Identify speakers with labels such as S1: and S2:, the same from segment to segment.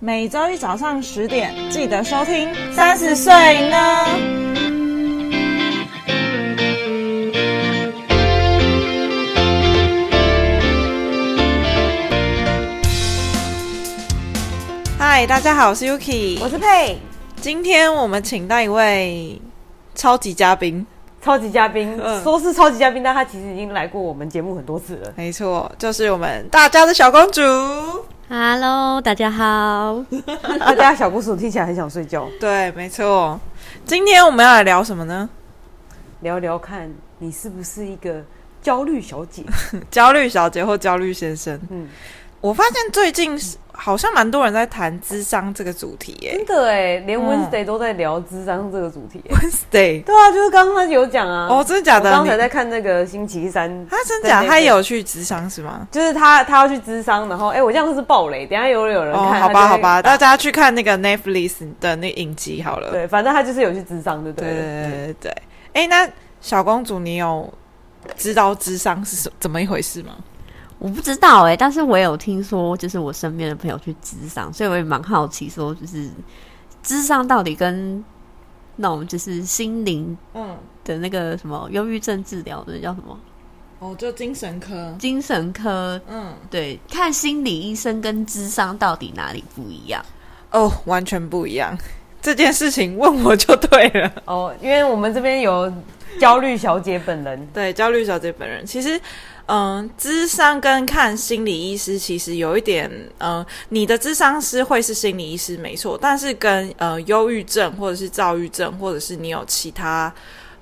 S1: 每周一早上十点记得收听《三十岁呢》。嗨，大家好，我是 Yuki，
S2: 我是佩，
S1: 今天我们请到一位超级嘉宾，
S2: 超级嘉宾。
S1: 嗯
S2: 说是超级嘉宾，但他其实已经来过我们节目很多次 了。
S1: 没错，就是我们大家的小公主。
S3: Hello，大家好。
S2: 大家小故事听起来很想睡觉，
S1: 对，没错。今天我们要来聊什么呢？
S2: 聊聊看你是不是一个焦虑小姐？
S1: 焦虑小姐或焦虑先生。
S2: 嗯，
S1: 我发现最近是好像蛮多人在谈智商这个主题耶、
S2: 真的哎，连
S1: 嗯
S2: Wednesday 都在聊智商这个主题耶。
S1: Wednesday，
S2: 对啊，就是刚刚他有讲啊。
S1: 哦，，真的假
S2: 我
S1: 的？
S2: 刚才
S1: 你
S2: 在看那个星期三。
S1: 他真
S2: 在
S1: 假？
S2: 那
S1: 他
S2: 个
S1: 有去智商是吗？
S2: 就是他，他要去智商，然后哎、我这样是不是暴雷，等一下有有人
S1: 哦，
S2: 看，啊
S1: 好
S2: 他就
S1: 吧，
S2: 会
S1: 好吧，大家去看那个 Netflix 的那影集好了。
S2: 对，反正他就是有去智商，对不
S1: 对
S2: 对
S1: 对
S2: 了？
S1: 对对对。哎、那小公主，你有知道智商是什怎么一回事吗？
S3: 我不知道哎、但是我有听说，就是我身边的朋友去智商，所以我也蛮好奇，说就是智商到底跟那种就是心灵
S1: 嗯，
S3: 的那个什么忧郁症治疗的叫什么
S1: 哦，就精神科。
S3: 精神科？
S1: 嗯，
S3: 对，看心理医生跟智商到底哪里不一样？
S1: 哦，完全不一样。这件事情问我就对了。
S2: 哦，因为我们这边有焦虑小姐本人，
S1: 对，焦虑小姐本人，其实，嗯，智商跟看心理医师其实有一点，嗯，你的智商师会是心理医师没错，但是跟呃忧郁症或者是躁郁症，或者是你有其他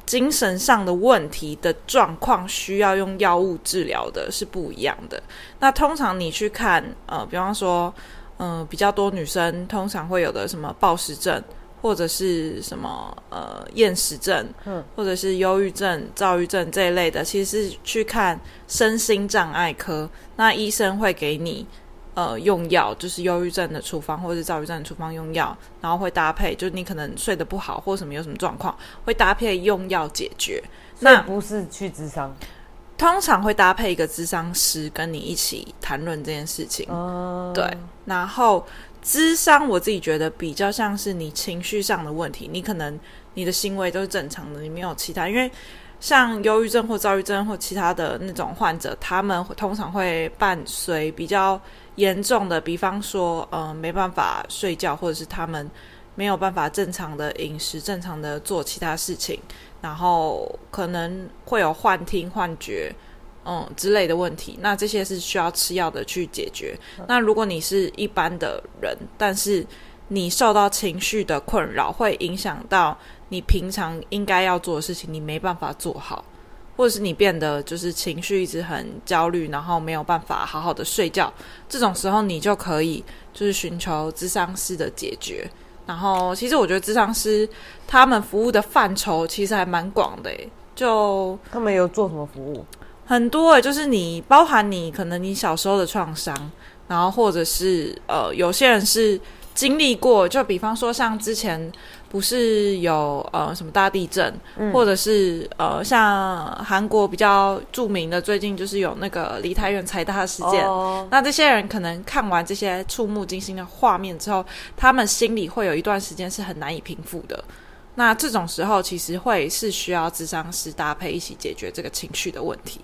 S1: 精神上的问题的状况，需要用药物治疗的是不一样的。那通常你去看，呃，比方说，嗯、比较多女生通常会有的什么暴食症，或者是什么呃厌食症，
S2: 嗯，
S1: 或者是忧郁症、躁郁症这一类的，其实是去看身心障碍科，那医生会给你。呃，用药就是忧郁症的处方，或者是躁郁症的处方用药，然后会搭配，就是你可能睡得不好或什么有什么状况，会搭配用药解决。
S2: 所以
S1: 那
S2: 不是去智商。
S1: 通常会搭配一个咨商师跟你一起谈论这件事情。
S2: 哦，
S1: 对然后智商，我自己觉得比较像是你情绪上的问题，你可能你的行为都是正常的，你没有其他，因为像忧郁症或躁郁症或其他的那种患者，他们会通常会伴随比较严重的，比方说，呃，没办法睡觉，或者是他们没有办法正常的饮食、正常的做其他事情，然后可能会有幻听、幻觉。嗯，之类的问题，那这些是需要吃药的去解决。那如果你是一般的人，但是你受到情绪的困扰，会影响到你平常应该要做的事情，你没办法做好，或者是你变得就是情绪一直很焦虑，然后没有办法好好的睡觉，这种时候你就可以就是寻求智商师的解决。然后，其实我觉得智商师他们服务的范畴其实还蛮广的诶，就
S2: 他们有做什么服务？
S1: 很多诶，就是你包含你可能你小时候的创伤，然后或者是呃，有些人是经历过，就比方说像之前不是有呃什么大地震，或者是呃像韩国比较著名的，最近就是有那个呃梨泰院踩踏事件。
S2: 哦
S1: 那这些人可能看完这些触目惊心的画面之后，他们心里会有一段时间是很难以平复的。那这种时候，其实会是需要智商师搭配一起解决这个情绪的问题，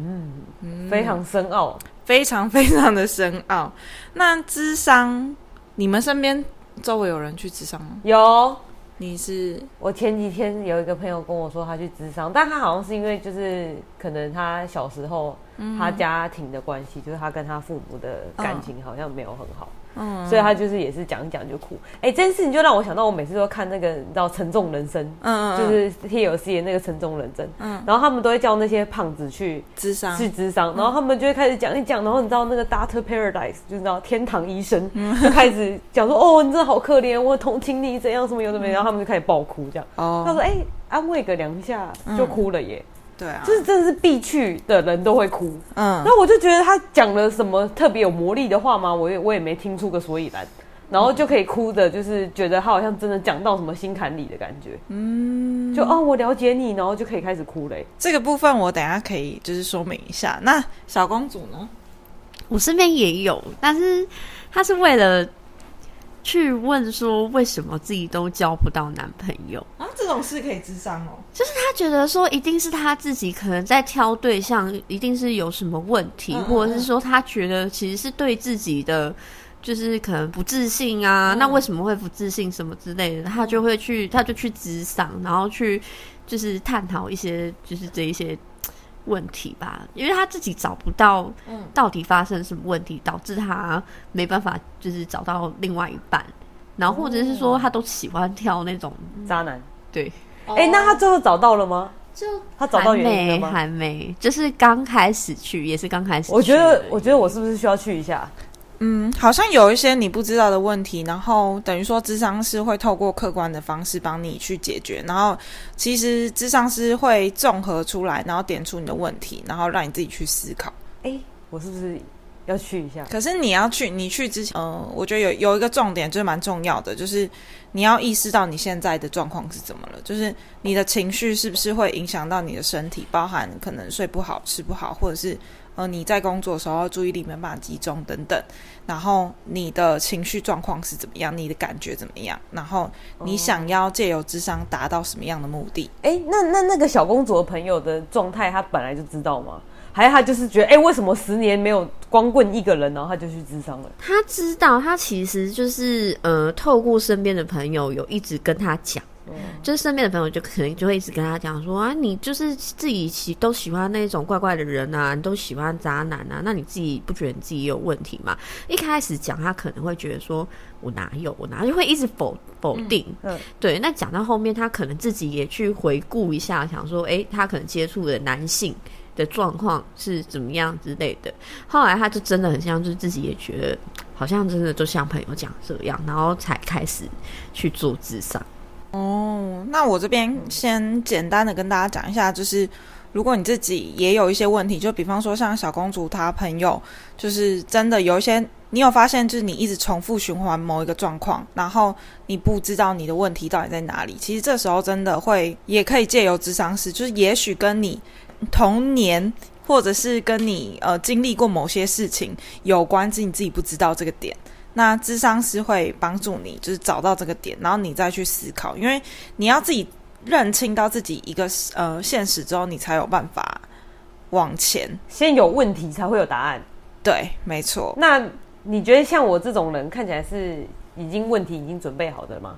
S1: 嗯
S2: 非常深奥。
S1: 非常非常的深奥。那智商，你们身边周围有人去智商吗？
S2: 有，
S1: 你是
S2: 我前几天有一个朋友跟我说他去智商，但他好像是因为就是可能他小时候
S1: 嗯
S2: 他家庭的关系，就是他跟他父母的感情好像没有很好，
S1: 嗯
S2: 所以他就是也是讲一讲就哭。哎、这件事情就让我想到我每次都看那个你知道《沉重人生》。
S1: 嗯
S2: 就
S1: 嗯
S2: 是 TLC 的那个沉重人生，
S1: 嗯
S2: 然后他们都会叫那些胖子去
S1: 智商，
S2: 去智
S1: 嗯
S2: 商，然后他们就会开始讲一讲，然后你知道那个 Doctor Paradise 就你知道天堂医生
S1: 嗯
S2: 就开始讲说哦，你真的好可怜，我同情你怎样什么有的没，然后他们就开始爆哭这样。他
S1: 嗯哦，嗯
S2: 说哎、安慰个两下就哭了耶，
S1: 对啊，
S2: 就是真的是必去的人都会哭。
S1: 嗯
S2: 那我就觉得他讲了什么特别有魔力的话吗？我也我也没听出个所以然，然后就可以哭的，就是觉得他好像真的讲到什么心坎里的感觉。嗯，就哦，我了解你，然后就可以开始哭嘞。
S1: 这个部分我等一下可以就是说明一下。那小公主呢？
S3: 我身边也有，但是他是为了去问说为什么自己都交不到男朋友。
S1: 啊，这种事可以智商哦。
S3: 就是他觉得说，一定是他自己可能在挑对象，一定是有什么问题，
S1: 嗯嗯嗯
S3: 或者是说他觉得其实是对自己的。就是可能不自信啊，
S1: 嗯
S3: 那为什么会不自信什么之类的，他就会去，他就去职场，然后去就是探讨一些就是这一些问题吧，因为他自己找不到
S1: 嗯
S3: 到底发生什么问题，导致他没办法就是找到另外一半，然后或者是
S1: 哦
S3: 说他都喜欢挑那种
S1: 嗯
S2: 渣男。
S3: 对
S2: 哎、那他最后找到了吗？
S3: 哦就
S2: 他找到
S3: 还
S2: 原因了
S3: 没，
S2: 吗？
S3: 还没，就是刚开始去，也是刚开始去而已。
S2: 我觉得，我觉得我是不是需要去一下？
S1: 嗯，好像有一些你不知道的问题，然后等于说智商师会透过客观的方式帮你去解决，然后其实智商师会综合出来，然后点出你的问题，然后让你自己去思考。
S2: 哎、我是不是要去一下？
S1: 可是你要去，你去之前，呃，我觉得有有一个重点就是蛮重要的，就是你要意识到你现在的状况是怎么了，就是你的情绪是不是会影响到你的身体，包含可能睡不好、吃不好，或者是呃你在工作的时候注意力没办法集中等等。然后你的情绪状况是怎么样，你的感觉怎么样，然后你想要借由智商达到什么样的目的？
S2: 哎、那那那个小公主的朋友的状态，她本来就知道吗？还是她就是觉得，哎、为什么十年没有光棍一个人，然后她就去智商了？
S3: 他知道，他其实就是呃，透过身边的朋友有一直跟他讲。
S2: 哦
S3: 就是身边的朋友就可能就会一直跟他讲说啊，你就是自己喜都喜欢那种怪怪的人啊，你都喜欢渣男啊，那你自己不觉得你自己也有问题吗？一开始讲他可能会觉得说我哪有我哪有，就会一直否否定。
S2: 嗯嗯
S3: 对。那讲到后面，他可能自己也去回顾一下，想说，诶，他可能接触的男性。的状况是怎么样之类的，后来他就真的很像，就是自己也觉得好像真的就像朋友讲这样，然后才开始去做智商。
S1: 哦，那我这边先简单的跟大家讲一下，就是如果你自己也有一些问题，就比方说像小公主她朋友，就是真的有一些，你有发现就是你一直重复循环某一个状况，然后你不知道你的问题到底在哪里。其实这时候真的会也可以借由智商师，就是也许跟你童年。或者是跟你呃经历过某些事情有关，是你自己不知道这个点，那智商师会帮助你，就是找到这个点，然后你再去思考，因为你要自己认清到自己一个呃现实之后，你才有办法往前。
S2: 先有问题才会有答案。
S1: 对，没错。
S2: 那你觉得像我这种人，看起来是已经问题已经准备好的吗？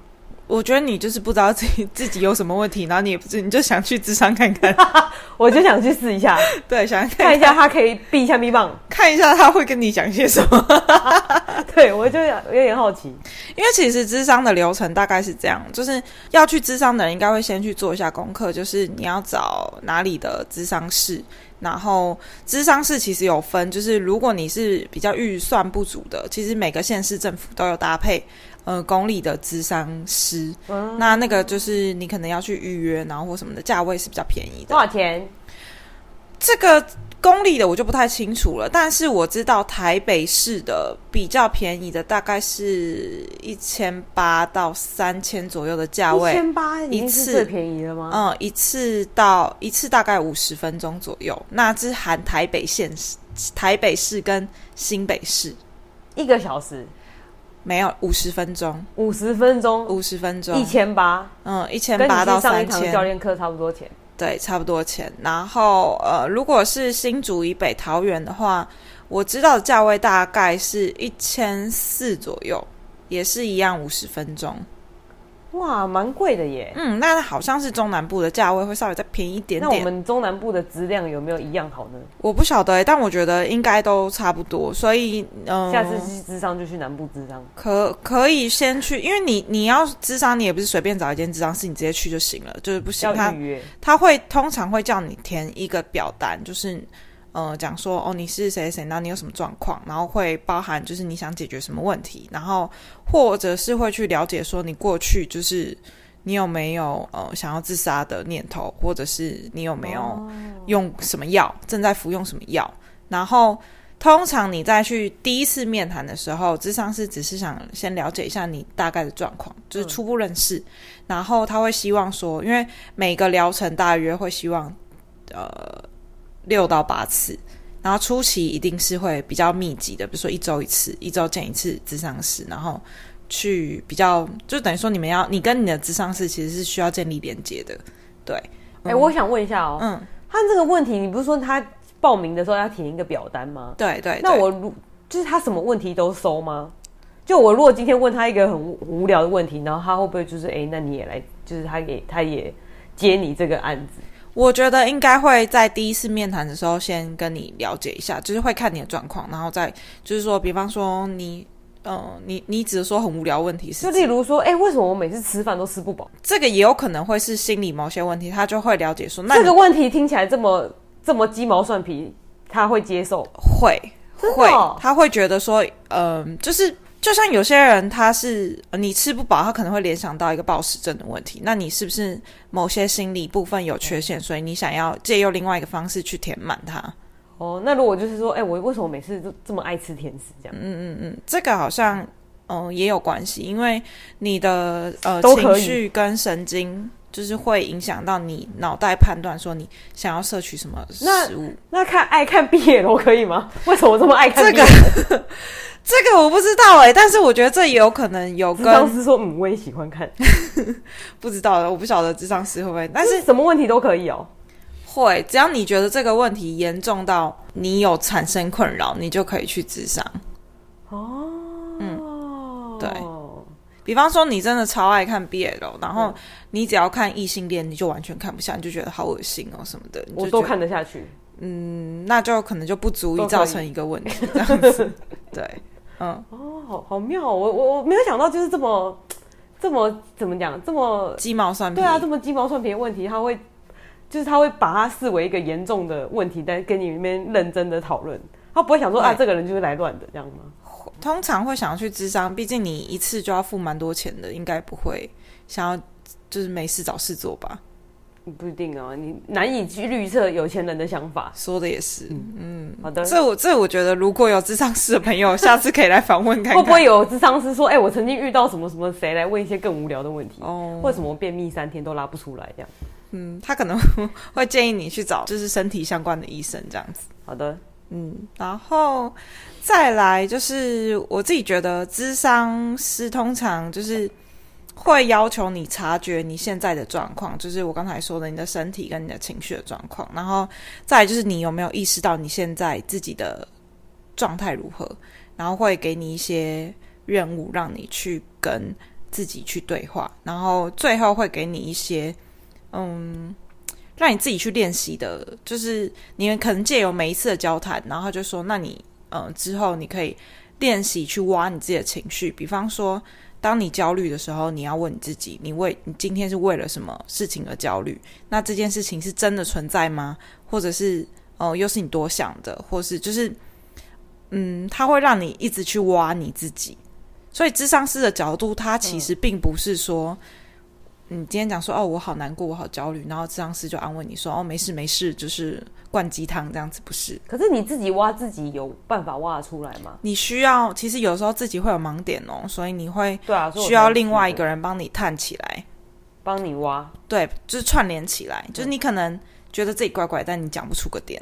S1: 我觉得你就是不知道自己自己有什么问题，然后你也不知，你就想去智商看看，
S2: 我就想去试一 下，
S1: 对，想看
S2: 看一下他可以避一下咪棒。
S1: 看一下他会跟你讲些什么。
S2: 对，我就有点好奇。
S1: 因为其实智商的流程大概是这样，就是要去智商的人应该会先去做一下功课，就是你要找哪里的智商室。然后，智商室其实有分，就是如果你是比较预算不足的，其实每个县市政府都有搭配，呃，公立的智商师。
S2: 嗯
S1: 那那个就是你可能要去预约，然后或什么的，价位是比较便宜的
S2: 多。少钱？
S1: 这个公立的我就不太清楚了，但是我知道台北市的比较便宜的大概是一千八到三千左右的价
S2: 一
S1: 位，
S2: 千八已经是
S1: 次
S2: 最便宜了吗？
S1: 嗯，一次到一次大概五十分钟左右，那这是含台北县市、台北市跟新北市，
S2: 一个小时
S1: 没有五十分钟，
S2: 五十分钟，
S1: 五十分钟，
S2: 一千八，
S1: 嗯一千
S2: 跟你
S1: 八到
S2: 去上一
S1: 三
S2: 堂
S1: 千
S2: 教，练课差不多钱。
S1: 对，差不多钱。然后呃，如果是新竹以北桃园的话，我知道的价位大概是一千四左右，也是一样五十分钟。
S2: 哇，蛮贵的耶。
S1: 嗯，那好像是中南部的价位会稍微再便宜一点
S2: 那我
S1: 点。
S2: 们中南部的质量有没有一样好呢？
S1: 我不晓得、欸，但我觉得应该都差不多。所以嗯、呃
S2: 下次去智商就去南部智商。
S1: 可可以先去，因为你你要智商，你也不是随便找一间智商室，你直接去就行了，就是不行。
S2: 要
S1: 他
S2: 预约，
S1: 他会通常会叫你填一个表单，就是呃讲说哦你是谁谁，然后你有什么状况，然后会包含就是你想解决什么问题，然后或者是会去了解说你过去就是你有没有呃想要自杀的念头，或者是你有没有用什么药，正在服用什么药，然后。通常你在去第一次面谈的时候，智商是只是想先了解一下你大概的状况，就是初步认识，然后他会希望说，因为每个疗程大约会希望呃六到八次，然后初期一定是会比较密集的，比如说一周一次，一周见一次智商师，然后去比较，就等于说你们要你跟你的智商师其实是需要建立连接的，对，
S2: 哎、我想问一下哦、
S1: 嗯，
S2: 他这个问题，你不是说他报名的时候要填一个表单吗？
S1: 对对。
S2: 那
S1: 对
S2: 我如就是他什么问题都收吗？就我如果今天问他一个很无无聊的问题，然后他会不会就是哎、那你也来，就是他也他也接你这个案子？
S1: 我觉得应该会在第一次面谈的时候先跟你了解一下，就是会看你的状况，然后再就是说，比方说你，呃，你你只是说很无聊问题是
S2: 就
S1: 指
S2: 例如说，哎、为什么我每次吃饭都吃不饱？
S1: 这个也有可能会是心理某些问题，他就会了解说，那
S2: 这个
S1: 你
S2: 问题听起来这么这么鸡毛蒜皮，他会接受？
S1: 会
S2: 真的
S1: 会
S2: 哦，
S1: 他会觉得说，嗯、就是就像有些人他是呃你吃不饱，他可能会联想到一个暴食症的问题，那你是不是某些心理部分有缺陷，所以你想要借由另外一个方式去填满它？
S2: 哦，那如果就是说，哎、我为什么每次都这么爱吃甜食？这样、
S1: 嗯这个好像嗯、呃也有关系，因为你的呃
S2: 都
S1: 情
S2: 可以
S1: 绪跟神经就是会影响到你脑袋判断说你想要摄取什么
S2: 那
S1: 食物。
S2: 那看爱看 BL 可以吗？为什么我这么爱看
S1: 这
S2: BL？
S1: 个这个我不知道哎、但是我觉得这也有可能有
S2: 智商
S1: 跟
S2: 师说，嗯，我也喜欢看，
S1: 不知道的，我不晓得智商师会不会，但
S2: 但是
S1: 是
S2: 什么问题都可以哦。
S1: 会，只要你觉得这个问题严重到你有产生困扰，你就可以去智商。
S2: 哦，嗯，
S1: 对比方说，你真的超爱看 BL，然后你只要看异性恋，你就完全看不下，你就觉得好恶心哦什么的。你就
S2: 我
S1: 觉
S2: 都
S1: 得
S2: 看得下去。
S1: 那就可能就不足
S2: 都
S1: 以
S2: 可以
S1: 造成一个问题这样子。 对，嗯，
S2: 哦，好好妙哦，我我我没有想到就是这么这么怎么讲，这么
S1: 鸡毛蒜皮。
S2: 对啊，这么鸡毛蒜皮的问题，他会就是他会把它视为一个严重的问题，但跟你里面认真的讨论，他不会想说
S1: 对
S2: 啊，这个人就是来乱的这样吗？
S1: 通常会想要去智商，毕竟你一次就要付蛮多钱的，应该不会想要就是没事找事做吧？
S2: 不一定啊，你难以去预测有钱人的想法。
S1: 说的也是。
S2: 嗯好的，
S1: 嗯这我这我觉得，如果有智商师的朋友，下次可以来访问看
S2: 会
S1: 看。
S2: 不会有智商师说，哎、我曾经遇到什么什么谁来问一些更无聊的问题？
S1: 哦
S2: 为什么便秘三天都拉不出来这样？
S1: 嗯，他可能 会建议你去找就是身体相关的医生这样子。
S2: 好的，
S1: 嗯，然后再来就是我自己觉得，智商师通常就是会要求你察觉你现在的状况，就是我刚才说的你的身体跟你的情绪的状况，然后再来就是你有没有意识到你现在自己的状态如何，然后会给你一些任务让你去跟自己去对话，然后最后会给你一些嗯。让你自己去练习的，就是你们可能借由每一次的交谈，然后他就说，那你呃之后你可以练习去挖你自己的情绪，比方说，当你焦虑的时候，你要问你自己，你为你今天是为了什么事情而焦虑？那这件事情是真的存在吗？或者是哦、呃又是你多想的，或是就是嗯，他会让你一直去挖你自己。所以，智商师的角度，他其实并不是说。你今天讲说哦，我好难过，我好焦虑，然后智商师就安慰你说哦，没事没事，就是灌鸡汤这样子，不是？
S2: 可是你自己挖自己有办法挖得出来吗？
S1: 你需要，其实有时候自己会有盲点哦，所以你会
S2: 对啊，所以我
S1: 需要
S2: 才
S1: 另外一
S2: 觉
S1: 个
S2: 得
S1: 人帮你探起来，
S2: 帮你挖。
S1: 对，就是串联起来，就是你可能觉得自己怪怪，但你讲不出个点。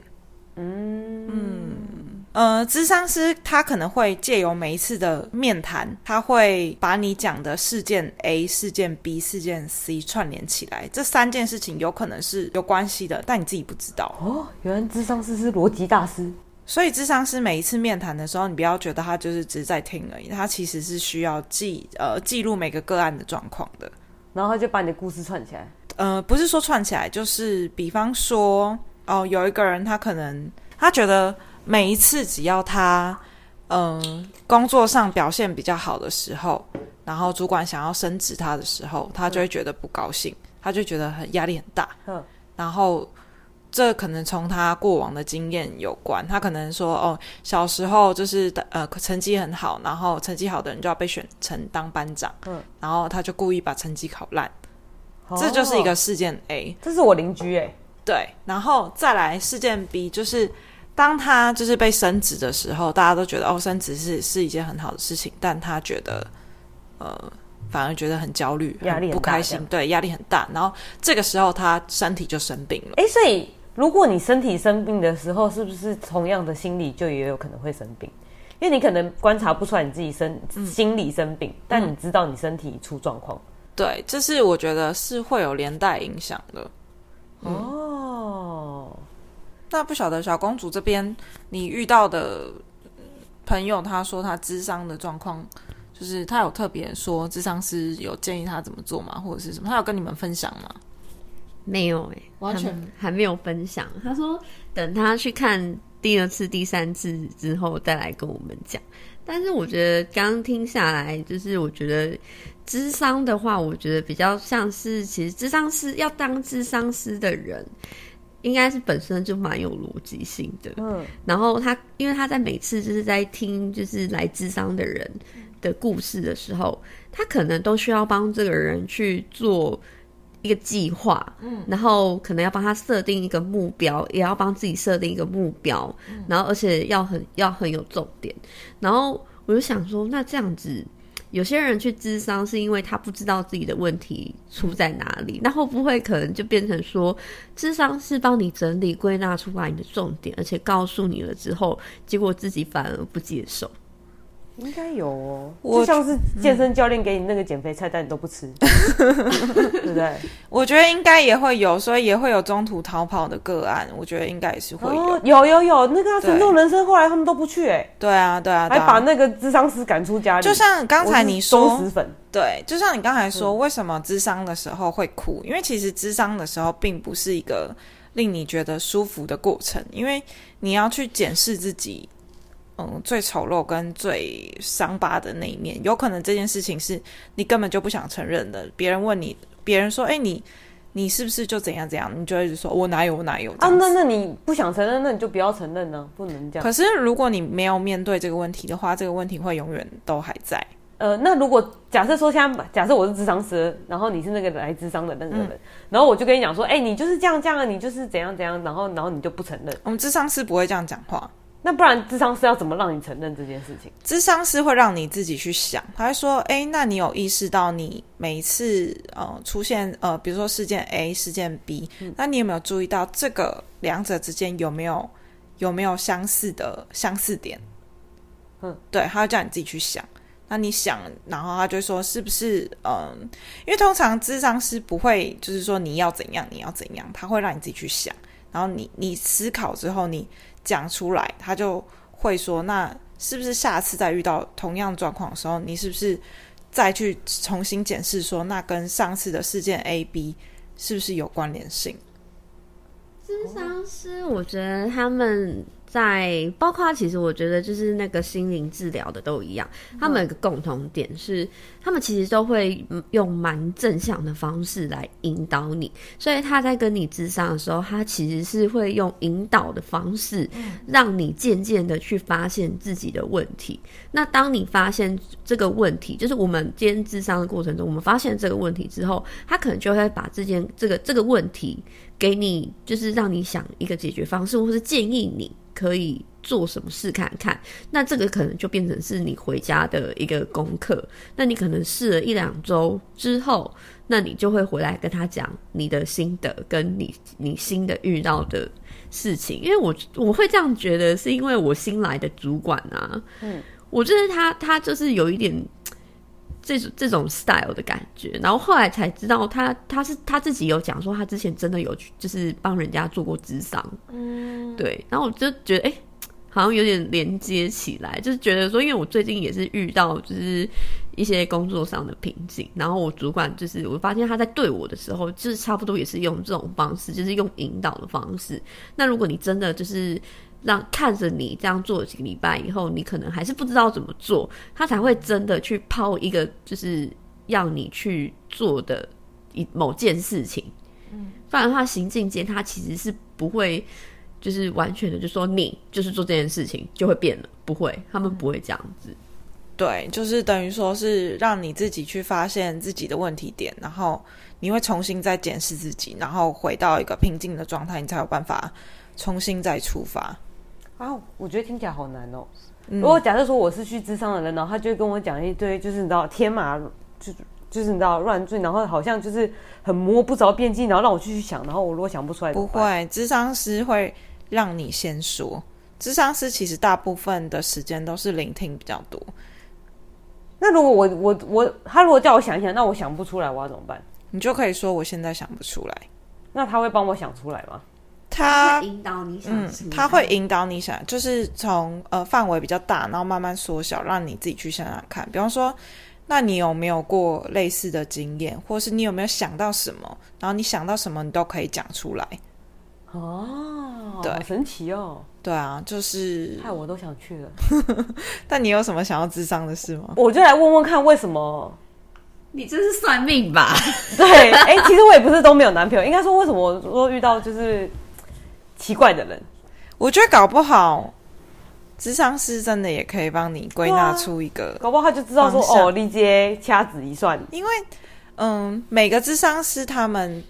S1: 嗯呃，智商师他可能会借由每一次的面谈，他会把你讲的事件 A、事件 B、事件 C 串联起来，这三件事情有可能是有关系的，但你自己不知道。
S2: 哦，原来智商师是逻辑大师，
S1: 所以，智商师每一次面谈的时候，你不要觉得他就是只是在听而已，他其实是需要记呃记录每个个案的状况的。
S2: 然后他就把你的故事串起来。
S1: 呃，不是说串起来，就是比方说，哦，有一个人他可能他觉得每一次只要他嗯、呃工作上表现比较好的时候，然后主管想要升职他的时候，他就会觉得不高兴，他就觉得很压力很大。
S2: 嗯，
S1: 然后这可能从他过往的经验有关，他可能说哦，小时候就是呃成绩很好，然后成绩好的人就要被选成当班长，
S2: 嗯，
S1: 然后他就故意把成绩考烂，这就是一
S2: 哦
S1: 个，事件 A。
S2: 这是我邻居哎、
S1: 对，然后再来事件 B，就是当他就是被升职的时候，大家都觉得哦，升职是是一件很好的事情，但他觉得呃，反而觉得很焦虑，
S2: 压力很
S1: 不
S2: 大
S1: 开
S2: 这
S1: 心，
S2: 样
S1: 对，压力很大。然后这个时候他身体就生病了。
S2: 哎、所以如果你身体生病的时候，是不是同样的心理就也有可能会生病？因为你可能观察不出来你自己生
S1: 嗯
S2: 心理生病，但你知道你身体出状况。
S1: 对，这是我觉得是会有连带影响的。
S2: 哦，
S1: 那不晓得小公主这边你遇到的朋友，她说她智商的状况，就是她有特别说智商师有建议她怎么做吗，或者是什么？她有跟你们分享吗？
S3: 没有哎、欸，
S1: 完全
S3: 还还没有分享。他说等他去看第二次、第三次之后再来跟我们讲。但是我觉得刚听下来，就是我觉得智商的话，我觉得比较像是，其实智商师要当智商师的人，应该是本身就蛮有逻辑性的。
S2: 嗯，
S3: 然后他，因为他在每次就是在听就是来智商的人的故事的时候，他可能都需要帮这个人去做一个计划，嗯，然后可能要帮他设定一个目标，也要帮自己设定一个目标，然后而且要很要很有重点。然后我就想说，那这样子。有些人去智商是因为他不知道自己的问题出在哪里，那会不会可能就变成说，智商是帮你整理归纳出来你的重点，而且告诉你了之后，结果自己反而不接受。
S2: 应该有哦。
S1: 我
S2: 就像是健身教练给你那个减肥菜单，你都 不吃，对不对？
S1: 我觉得应该也会有，所以也会有中途逃跑的个案。我觉得应该也是会有。
S2: 哦，有有有，那个啊
S1: 对
S2: 沉重人生后来他们都不去，哎，
S1: 对啊，对啊，对
S2: 还把
S1: 啊。
S2: 那个智商师赶出家里。
S1: 就像刚才你说，
S2: 我是忠实粉，
S1: 对，就像你刚才说，为什么智商的时候会哭？因为其实智商的时候并不是一个令你觉得舒服的过程，因为你要去检视自己，嗯，最丑陋跟最伤疤的那一面。有可能这件事情是你根本就不想承认的。别人问你，别人说：“哎、你你是不是就怎样怎样？”你就会一直说：“我哪有，我哪有。”这
S2: 啊，
S1: 样子
S2: 那那你不想承认，那你就不要承认呢、不能这样。
S1: 可是如果你没有面对这个问题的话，这个问题会永远都还在。
S2: 呃，那如果假设说现在，假设我是智商师，然后你是那个来智商的那个人，然后我就跟你讲说，哎、你就是这样这样啊，你就是怎样怎样，然后然后你就不承认，
S1: 我们智商是不会这样讲话。
S2: 那不然智商师要怎么让你承认这件事情？
S1: 智商师会让你自己去想，他会说：“诶，那你有意识到你每一次呃出现呃，比如说事件 A、事件 B，、那你有没有注意到这个两者之间有没有有没有相似的相似点？”
S2: 嗯，
S1: 对，他会叫你自己去想。那你想，然后他就说：“是不是嗯、因为通常智商师不会就是说你要怎样，你要怎样，他会让你自己去想。然后你你思考之后，你讲出来，他就会说，那是不是下次再遇到同样状况的时候，你是不是再去重新检视说，那跟上次的事件 A、B 是不是有关联性？
S3: 智商师，我觉得他们在包括其实我觉得就是那个心灵治疗的都一样，他们有一个共同点是，他们其实都会嗯用蛮正向的方式来引导你，所以他在跟你智商的时候，他其实是会用引导的方式，让你渐渐的去发现自己的问题。那当你发现这个问题，就是我们今天智商的过程中，我们发现这个问题之后，他可能就会把这件这个这个问题给你，就是让你想一个解决方式，或是建议你可以做什么事看看。那这个可能就变成是你回家的一个功课。那你可能试了一两周之后，那你就会回来跟他讲你的心得，跟你你新的遇到的事情。因为我我会这样觉得，是因为我新来的主管啊，
S2: 嗯
S3: 嗯，我觉得他他就是有一点这种这种 style 的感觉，然后后来才知道他他是他自己有讲说他之前真的有去就是帮人家做过智商，嗯，对，然后我就觉得哎、诶好像有点连接起来，就是觉得说，因为我最近也是遇到就是一些工作上的瓶颈，然后我主管就是我发现他在对我的时候，就是差不多也是用这种方式，就是用引导的方式。那如果你真的就是让看着你这样做了几个礼拜以后，你可能还是不知道怎么做，他才会真的去抛一个就是要你去做的一某件事情。嗯，不然的话，行进间他其实是不会就是完全的就说你就是做这件事情就会变了，不会，他们不会这样子。
S1: 对，就是等于说是让你自己去发现自己的问题点，然后你会重新再检视自己，然后回到一个平静的状态，你才有办法重新再出发。
S2: 啊，我觉得听起来好难哦。如果假设说我是去智商的人，然后他就会跟我讲一堆，就是你知道天马，就就是你知道乱坠，然后好像就是很摸不着边际，然后让我继续想，然后我如果想不出来怎
S1: 不
S2: 么办，
S1: 会，智商师会让你先说，智商师其实大部分的时间都是聆听比较多，
S2: 那如果我我我他如果叫我想一想，那我想不出来，我要怎么办？
S1: 你就可以说我现在想不出来。
S2: 那他会帮我想出来吗？
S1: 他
S3: 会引导你想
S1: 嗯
S3: 什，么
S1: 他会引导你想，就是从呃范围比较大，然后慢慢缩小，让你自己去想想看。比方说，那你有没有过类似的经验，或是你有没有想到什么？然后你想到什么，你都可以讲出来。
S2: 哦，
S1: 对
S2: 好神奇哦，
S1: 对啊，就是。
S2: 哎害我都想去了。
S1: 但你有什么想要智商的事吗？
S2: 我就来问问看为什么？
S3: 你这是算命吧？
S2: 对，哎、其实我也不是都没有男朋友，应该说为什么我说遇到就是奇怪的人，
S1: 我觉得搞不好，智商师真的也可以帮你归纳
S2: 对啊
S1: 出一个
S2: 搞不好他就知道说
S1: 方向
S2: 哦，丽姐掐指一算，
S1: 因为嗯，每个智商师他们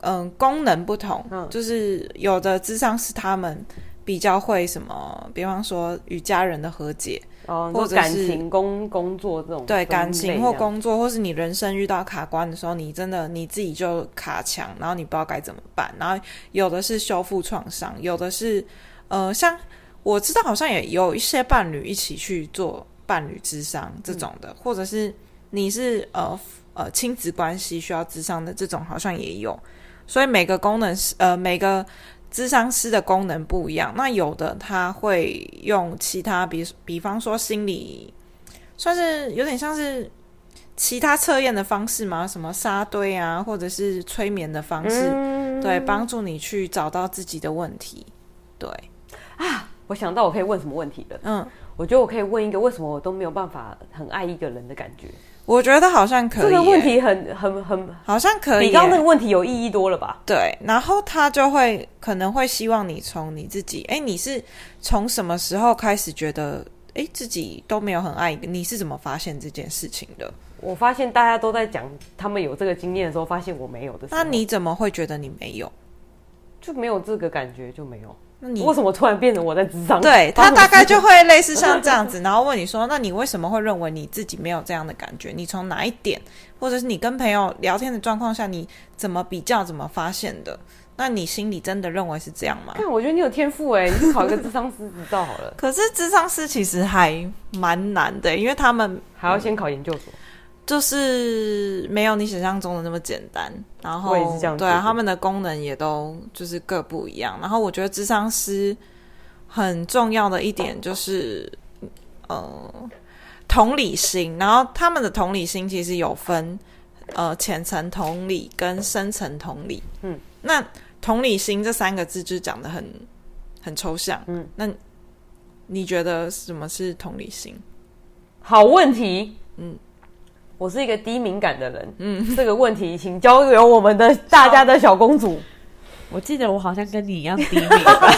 S1: 嗯功能不同，
S2: 嗯
S1: 就是有的智商师他们比较会什么，比方说与家人的和解，
S2: 哦，
S1: 或
S2: 或
S1: 者是
S2: 感情、工工作这种
S1: 对
S2: 分
S1: 感
S2: 类啊
S1: 情或
S2: 这样
S1: 工作，或是你人生遇到卡关的时候，你真的你自己就卡墙，然后你不知道该怎么办。然后有的是修复创伤，有的是呃，像我知道好像也有一些伴侣一起去做伴侣智商这种
S2: 嗯
S1: 的，或者是你是呃呃亲子关系需要智商的这种，好像也有。所以每个功能是呃每个智商师的功能不一样，那有的他会用其他，比比方说心理，算是有点像是其他测验的方式吗？什么沙堆啊，或者是催眠的方式，
S2: 嗯
S1: 对，帮助你去找到自己的问题。对，
S2: 我想到我可以问什么问题了。
S1: 嗯，
S2: 我觉得我可以问一个为什么我都没有办法很爱一个人的感觉。
S1: 我觉得好像可以、
S2: 这个问，题很很很
S1: 好像可以、
S2: 比
S1: 欸。
S2: 刚刚那个问题有意义多了吧？
S1: 对，然后他就会可能会希望你从你自己，哎，你是从什么时候开始觉得，哎，自己都没有很爱一个，你是怎么发现这件事情的？
S2: 我发现大家都在讲他们有这个经验的时候，发现我没有的时
S1: 那
S2: 候，
S1: 你怎么会觉得你没有？
S2: 就没有这个感觉，就没有。
S1: 那你
S2: 为什么突然变成我在智 商？
S1: 对
S2: 发
S1: 他
S2: 生什么
S1: 大概
S2: 事情
S1: 就会类似像这样子，然后问你说，那你为什么会认为你自己没有这样的感觉？你从哪一点，或者是你跟朋友聊天的状况下，你怎么比较，怎么发现的？那你心里真的认为是这样吗？
S2: 看，我觉得你有天赋哎，你去考一个智商师执照 好了，
S1: 可是智商师其实还蛮难的，因为他们
S2: 还要先考研究所。
S1: 就是没有你想象中的那么简单。然后
S2: 我也是这样觉
S1: 对
S2: 得
S1: 啊，他们的功能也都就是各不一样。然后我觉得智商师很重要的一点就是，呃，同理心。然后他们的同理心其实有分，呃，浅层同理跟深层同理。
S2: 嗯，
S1: 那同理心这三个字就讲的很很抽象。
S2: 嗯，
S1: 那你觉得什么是同理心？
S2: 好问题，
S1: 嗯
S2: 嗯，我是一个低敏感的人，嗯，这个问题请交由我们的大家的小公 主。
S3: 我记得我好像跟你一样低敏，
S2: 啊，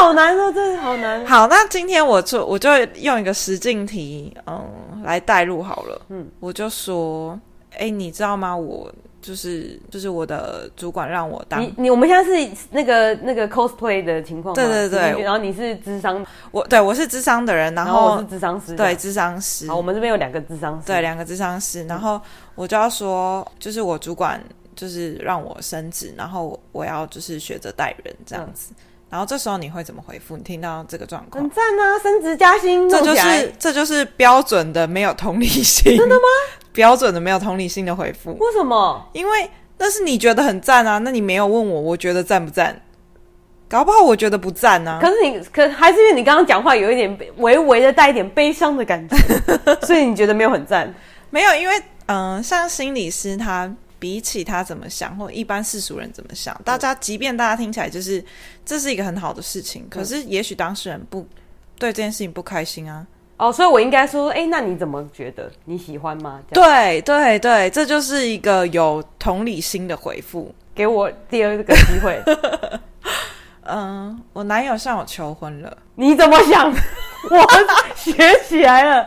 S2: 好难哦，真的好难。
S1: 好，那今天我就我就用一个实境题，嗯，来带入好了。嗯
S2: 嗯，
S1: 我就说，哎、你知道吗？我就是就是我的主管让我当
S2: 你你我们现在是那个那个 cosplay 的情况吗，
S1: 对对对
S2: 你然后你是智商，
S1: 我对我是智商的人，然
S2: 然后
S1: 后
S2: 哦我是智商师，
S1: 对，智商师
S2: 好，，我们这嗯边有两个智商师，
S1: 对，两个智商师，然后我就要说，就是我主管就是让我升职，然后我我要就是学着待人这样
S2: 嗯
S1: 子。然后这时候你会怎么回复？你听到这个状况
S2: 很，赞啊，升职加薪，
S1: 这就
S2: 弄起来
S1: 是这就是标准的没有同理心，真的吗？ 标准的没有同理心的回复，
S2: 为什么？
S1: 因为那是你觉得很赞啊，那你没有问我，我觉得赞不赞？搞不好我觉得不赞啊
S2: 可。是你可还是因为你刚刚讲话有一点悲微微的带一点悲伤的感觉，所以你觉得没有很赞。
S1: 没有，因为嗯、呃像心理师他比起他怎么想，或一般世俗人怎么想，大家即便大家听起来就是这是一个很好的事情，可是也许当事人不对这件事情不开心啊。
S2: 哦，所以我应该说，哎、那你怎么觉得？你喜欢吗？这样
S1: 对对对，这就是一个有同理心的回复。
S2: 给我第二个机会，
S1: 嗯，我男友向我求婚了。
S2: 你怎么想？我学起来了。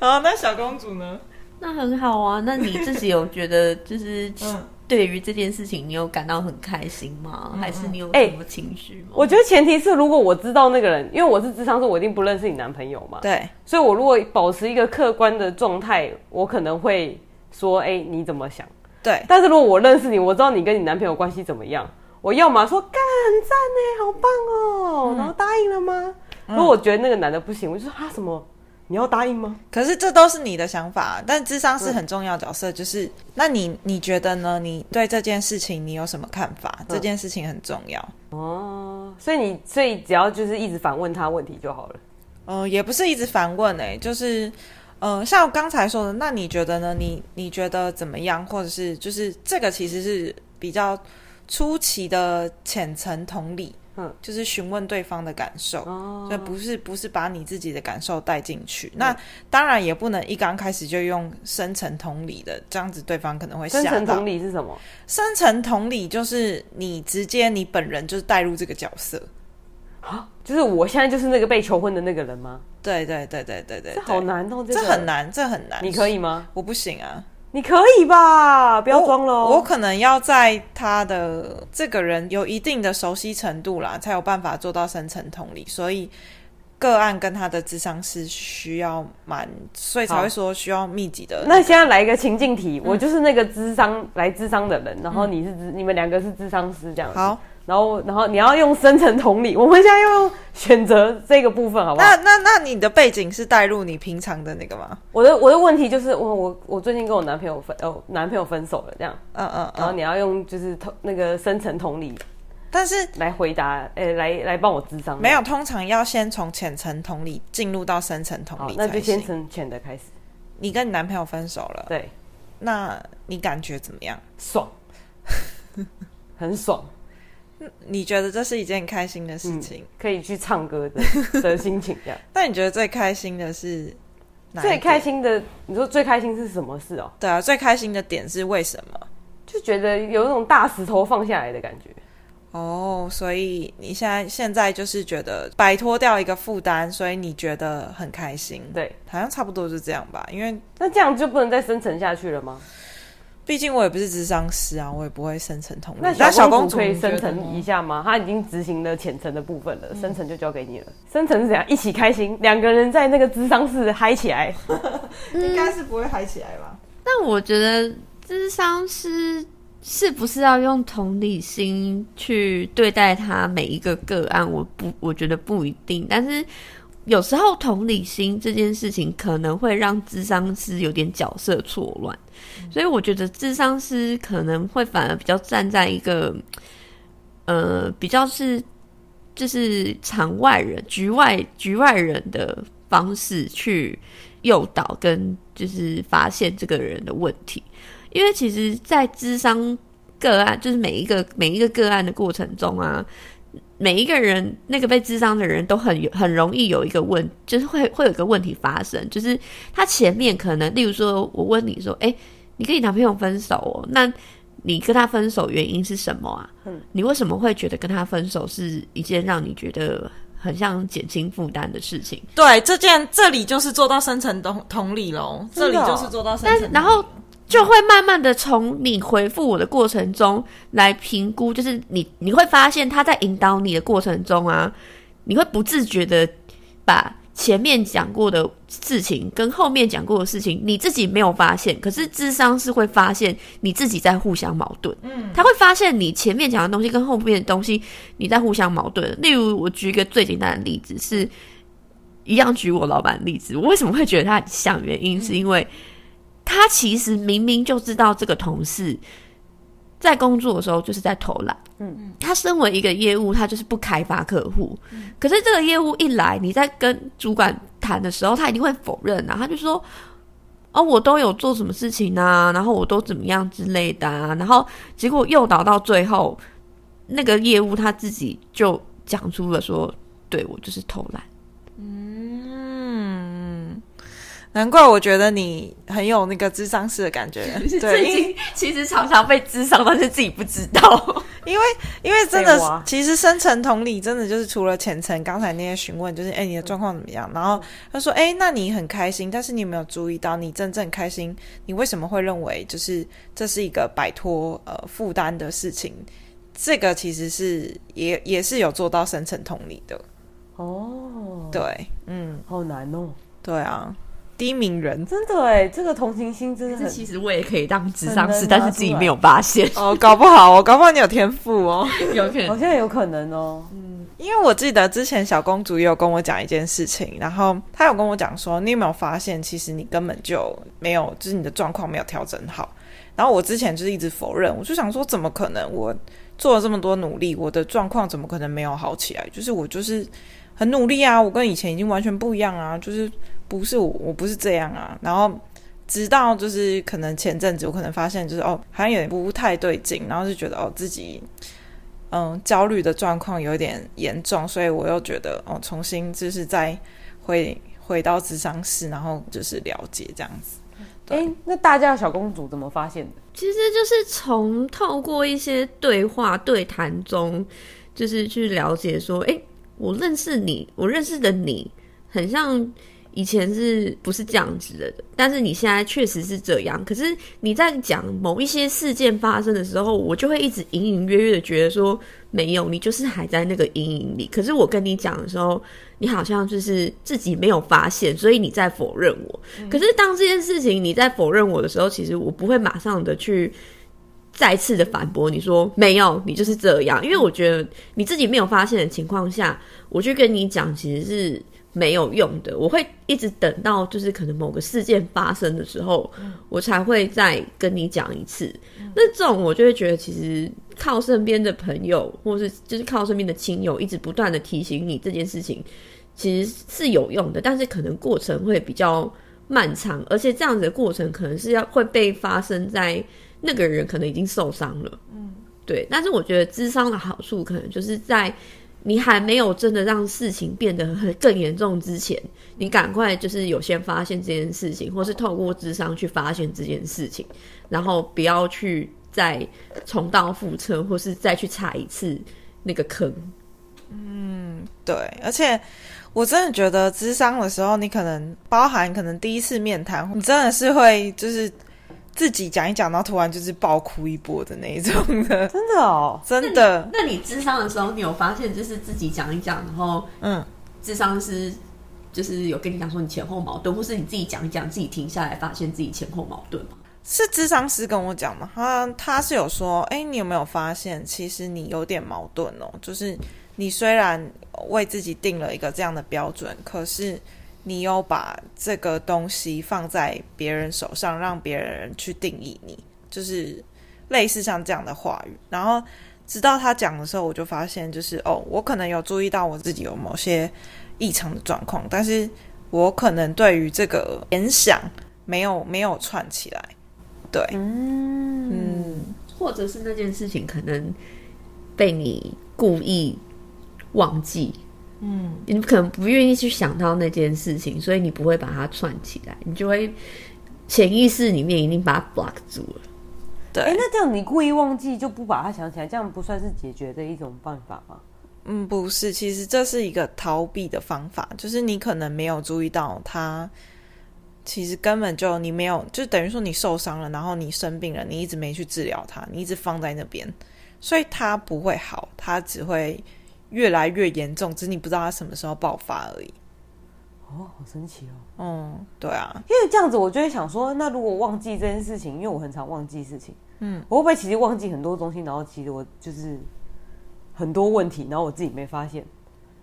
S1: 好，啊那小公主呢？
S3: 那很好啊。那你自己有觉得就是
S1: 嗯
S3: 对于这件事情，你有感到很开心吗？还是你有
S2: 哎
S3: 什么情绪吗？
S2: 我觉得前提是，如果我知道那个人，因为我是智商师，我一定不认识你男朋友嘛，
S1: 对，
S2: 所以我如果保持一个客观的状态，我可能会说，哎、你怎么想？
S1: 对，
S2: 但是如果我认识你，我知道你跟你男朋友关系怎么样，我要么说干很赞欸呢，好棒
S1: 嗯
S2: 哦，然后答应了吗？如果我觉得那个男的不行，我就说他什么，你要答应吗？
S1: 可是这都是你的想法，但智商是很重要的角色。就是，那你你觉得呢？你对这件事情你有什么看法？这件事情很重要。
S2: 哦，所以你所以只要就是一直反问他问题就好了。
S1: 呃，也不是一直反问诶、就是，呃，像我刚才说的，那你觉得呢？你你觉得怎么样？或者是就是这个其实是比较初期的浅层同理，
S2: 嗯，
S1: 就是询问对方的感受，
S2: 哦嗯
S1: 所以不是不是把你自己的感受带进去。那当然也不能一刚开始就用深层同理的，这样子对方可能会吓
S2: 深
S1: 到。
S2: 层同理是什么？
S1: 深层同理就是你直接你本人就是带入这个角色。
S2: 啊，就是我现在就是那个被求婚的那个人吗？
S1: 对对对对对对，
S2: 这
S1: 对，
S2: 好难哦，
S1: 这
S2: 个
S1: 很。难，这很难。
S2: 你可以吗？
S1: 我不行啊，
S2: 你可以吧，不要装了
S1: 我。我
S2: 哦。
S1: 可能要在他的这个人有一定的熟悉程度啦，才有办法做到深层同理。所以个案跟他的智商是需要蛮，所以才会说需要密集的。
S2: 那现在来一个情境题，
S1: 嗯
S2: 我就是那个智商来智商的人，然后你是智，你们两个是智商师这样子。
S1: 好，
S2: 然后然后你要用深层同理，我们现在要用选择这个部分好不好
S1: 那？那那你的背景是带入你平常的那个吗？
S2: 我的我的问题就是，我我我最近跟我男朋友分哦男朋友分手了这样，
S1: 嗯嗯
S2: 然后
S1: 嗯。
S2: 你要用就是同那个深层同理
S1: 但是
S2: 来回答，诶、来来帮我智商
S1: 没有，通常要先从浅层同理进入到深层同
S2: 好
S1: 理，
S2: 那就
S1: 才
S2: 先
S1: 行。
S2: 从浅的开始，
S1: 你跟你男朋友分手了，
S2: 对，
S1: 那你感觉怎么样？
S2: 爽， 很爽，
S1: 你觉得这是一件开心的事
S2: 嗯
S1: 情？，
S2: 可以去唱歌的的心情这样。
S1: 那你觉得最开心的是 哪一
S2: 最
S1: 点
S2: 开？心的，你说最开心是什么事哦？
S1: 对啊，最开心的点是为什么？
S2: 就觉得有一种大石头放下来的感觉。
S1: 哦，所以你现在现在就是觉得摆脱掉一个负担，所以你觉得很开心。，
S2: 对，
S1: 好像差不多就这样吧，因为
S2: 那这样就不能再深层下去了吗？
S1: 毕竟我也不是智商师啊，我也不会深层同理。
S2: 那
S1: 但
S2: 小
S1: 公
S2: 主可以深层一
S1: 一，
S2: 下吗？他已经执行了浅层的部分了，深层就交给你了。深层是怎样？一起开心，两个人在那个智商室嗨起来。
S1: 应该是不会嗨起来吧？
S3: 但我觉得智商师是不是要用同理心去对待他每一个个案？我不，我觉得不一定。但是有时候同理心这件事情可能会让智商师有点角色错乱，所以我觉得智商师可能会反而比较站在一个呃比较是就是场外人、局外局外人的方式去诱导跟就是发现这个人的问题，因为其实，在智商个案，就是每一个每一个个案的过程中啊，每一个人那个被智商的人都很有很容易有一个问，就是会会有一个问题发生，就是他前面可能，例如说我问你说，哎、你跟你男朋友分手哦，那你跟他分手原因是什么啊？你为什么会觉得跟他分手是一件让你觉得很像减轻负担的事情？
S1: 对，这件这里就是做到深层同同理喽，这
S2: 真
S1: 里
S2: 的哦
S1: 就是做到深
S3: 但
S1: 层。
S3: 然后就会慢慢的从你回复我的过程中来评估，就是你你会发现他在引导你的过程中啊，你会不自觉的把前面讲过的事情跟后面讲过的事情，你自己没有发现，可是智商是会发现你自己在互相矛盾。嗯，他会发现你前面讲的东西跟后面的东西你在互相矛盾。例如，我举一个最简单的例子是。一样举我老板的例子，我为什么会觉得他很像？原因是因为他其实明明就知道这个同事在工作的时候就是在偷懒，嗯，他身为一个业务，他就是不开发客户，可是这个业务一来，你在跟主管谈的时候，他一定会否认啊，他就说。哦，我都有做什么事情啊，然后我都怎么样之类的啊，然后结果诱导到最后，那个业务他自己就讲出了说，对我就是偷懒。
S1: 难怪我觉得你很有那个智商师的感 觉，对，
S3: 最
S1: 因
S3: 近其实常常被智商，但是自己不知道。
S1: 因为因为真
S2: 废话
S1: 的，其实深层同理真的就是除了浅层，刚才那些询问就是，哎、你的状况怎么样？然后他说，哎、那你很开心，但是你有没有注意到，你真正开心，你为什么会认为就是这是一个摆脱呃负担的事情？这个其实是也也是有做到深层同理的，
S2: 哦，
S1: 对，嗯，
S2: 好难哦。
S1: 对啊，低敏人，
S2: 真的哎，这个同情心真的
S3: 这
S2: 很
S3: 其实我也可以当智商
S2: 很
S3: 师，
S2: 能拿
S3: 但是自己没有发 现，
S1: 哦，搞不好哦，搞不好你有天赋哦。
S3: 有可
S2: 好
S3: 能。
S2: 像有可能哦。
S3: 嗯
S1: 因为我记得之前小公主也有跟我讲一件事情，然后她有跟我讲说，你有没有发现，其实你根本就没有，就是你的状况没有调整好。然后我之前就是一直否认，我就想说，怎么可能？我做了这么多努力，我的状况怎么可能没有好起来？就是我就是很努力啊，我跟以前已经完全不一样啊，就是不是我，我不是这样啊。然后直到就是可能前阵子，我可能发现就是哦，好像有点不太对劲，然后就觉得哦自己嗯焦虑的状况有点严重，所以我又觉得哦重新就是再回回到智商室，然后就是了解这样子。对
S2: 哎，那大家的小公主怎么发现的？
S3: 其实就是从透过一些对话对谈中，就是去了解说，哎、我认识你，我认识的你，很像以前是不是这样子的？但是你现在确实是这样。可是你在讲某一些事件发生的时候，我就会一直隐隐约约的觉得说，没有，你就是还在那个阴影里。可是我跟你讲的时候，你好像就是自己没有发现，所以你在否认我。可是当这件事情你在否认我的时候，其实我不会马上的去。再次的反驳你说没有，你就是这样，因为我觉得你自己没有发现的情况下，我去跟你讲其实是没有用的。我会一直等到就是可能某个事件发生的时候，我才会再跟你讲一次。那这种我就会觉得，其实靠身边的朋友或是就是靠身边的亲友，一直不断的提醒你这件事情，其实是有用的，但是可能过程会比较漫长，而且这样子的过程可能是要会被发生在那个人可能已经受伤了，嗯，对。但是我觉得智商的好处，可能就是在你还没有真的让事情变得很更严重之前，你赶快就是有先发现这件事情，或是透过智商去发现这件事情，然后不要去再重蹈覆辙，或是再去踩一次那个坑。
S1: 对，而且我真的觉得智商的时候，你可能包含可能第一次面谈，你真的是会就是自己讲一讲，然后突然就是爆哭一波的那一种的，
S2: 真的哦，
S1: 真的，
S3: 那你智商的时候，你有发现就是自己讲一讲，然后
S1: 嗯，
S3: 智商师就是有跟你讲说你前后矛盾，或是你自己讲一讲，自己停下来发现自己前后矛盾吗？
S1: 是智商师跟我讲嘛，他他是有说，哎、你有没有发现，其实你有点矛盾哦，就是你虽然为自己定了一个这样的标准，可是你又把这个东西放在别人手上，让别人去定义你，就是类似像这样的话语。然后直到他讲的时候，我就发现，就是哦，我可能有注意到我自己有某些异常的状况，但是我可能对于这个联想没有没有串起来。对，
S2: 嗯，
S3: 或者是那件事情可能被你故意忘记，嗯，你可能不愿意去想到那件事情，所以你不会把它串起来，你就会潜意识里面已经把它 block 住了。
S2: 哎、
S1: 对，
S2: 那这样你故意忘记就不把它想起来，这样不算是解决的一种办法吗？
S1: 嗯，不是，其实这是一个逃避的方法，就是你可能没有注意到它，其实根本就你没有，就等于说你受伤了，然后你生病了，你一直没去治疗它，你一直放在那边，所以它不会好，它只会越来越严重，只是你不知道它什么时候爆发而已。
S2: 哦，好神奇哦！
S1: 嗯，对啊，
S2: 因为这样子，我就会想说，那如果忘记这件事情，因为我很常忘记事情，嗯，我会不会其实忘记很多东西，然后其实我就是很多问题，然后我自己没发现，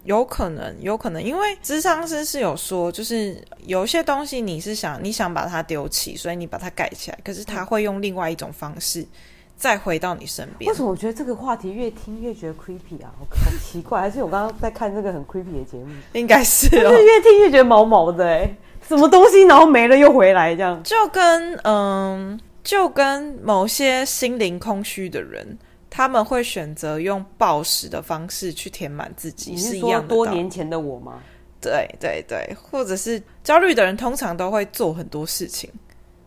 S1: 有可能，有可能，因为智商师是有说，就是有一些东西你是想你想把它丢弃，所以你把它盖起来，可是他会用另外一种方式再回到你身边
S2: 为。什么我觉得这个话题越听越觉得 creepy 啊？好好奇怪，还是我刚刚在看这个很 creepy 的节 目，
S1: 应该是哦
S2: 就，是越听越觉得毛毛的哎、什么东西然后没了又回来这样，
S1: 就跟嗯，就跟某些心灵空虚的人，他们会选择用暴食的方式去填满自己，
S2: 你
S1: 是
S2: 是
S1: 一
S2: 说
S1: 样的
S2: 多
S1: 道理
S2: 年前的我吗？
S1: 对对对，或者是焦虑的人，通常都会做很多事情，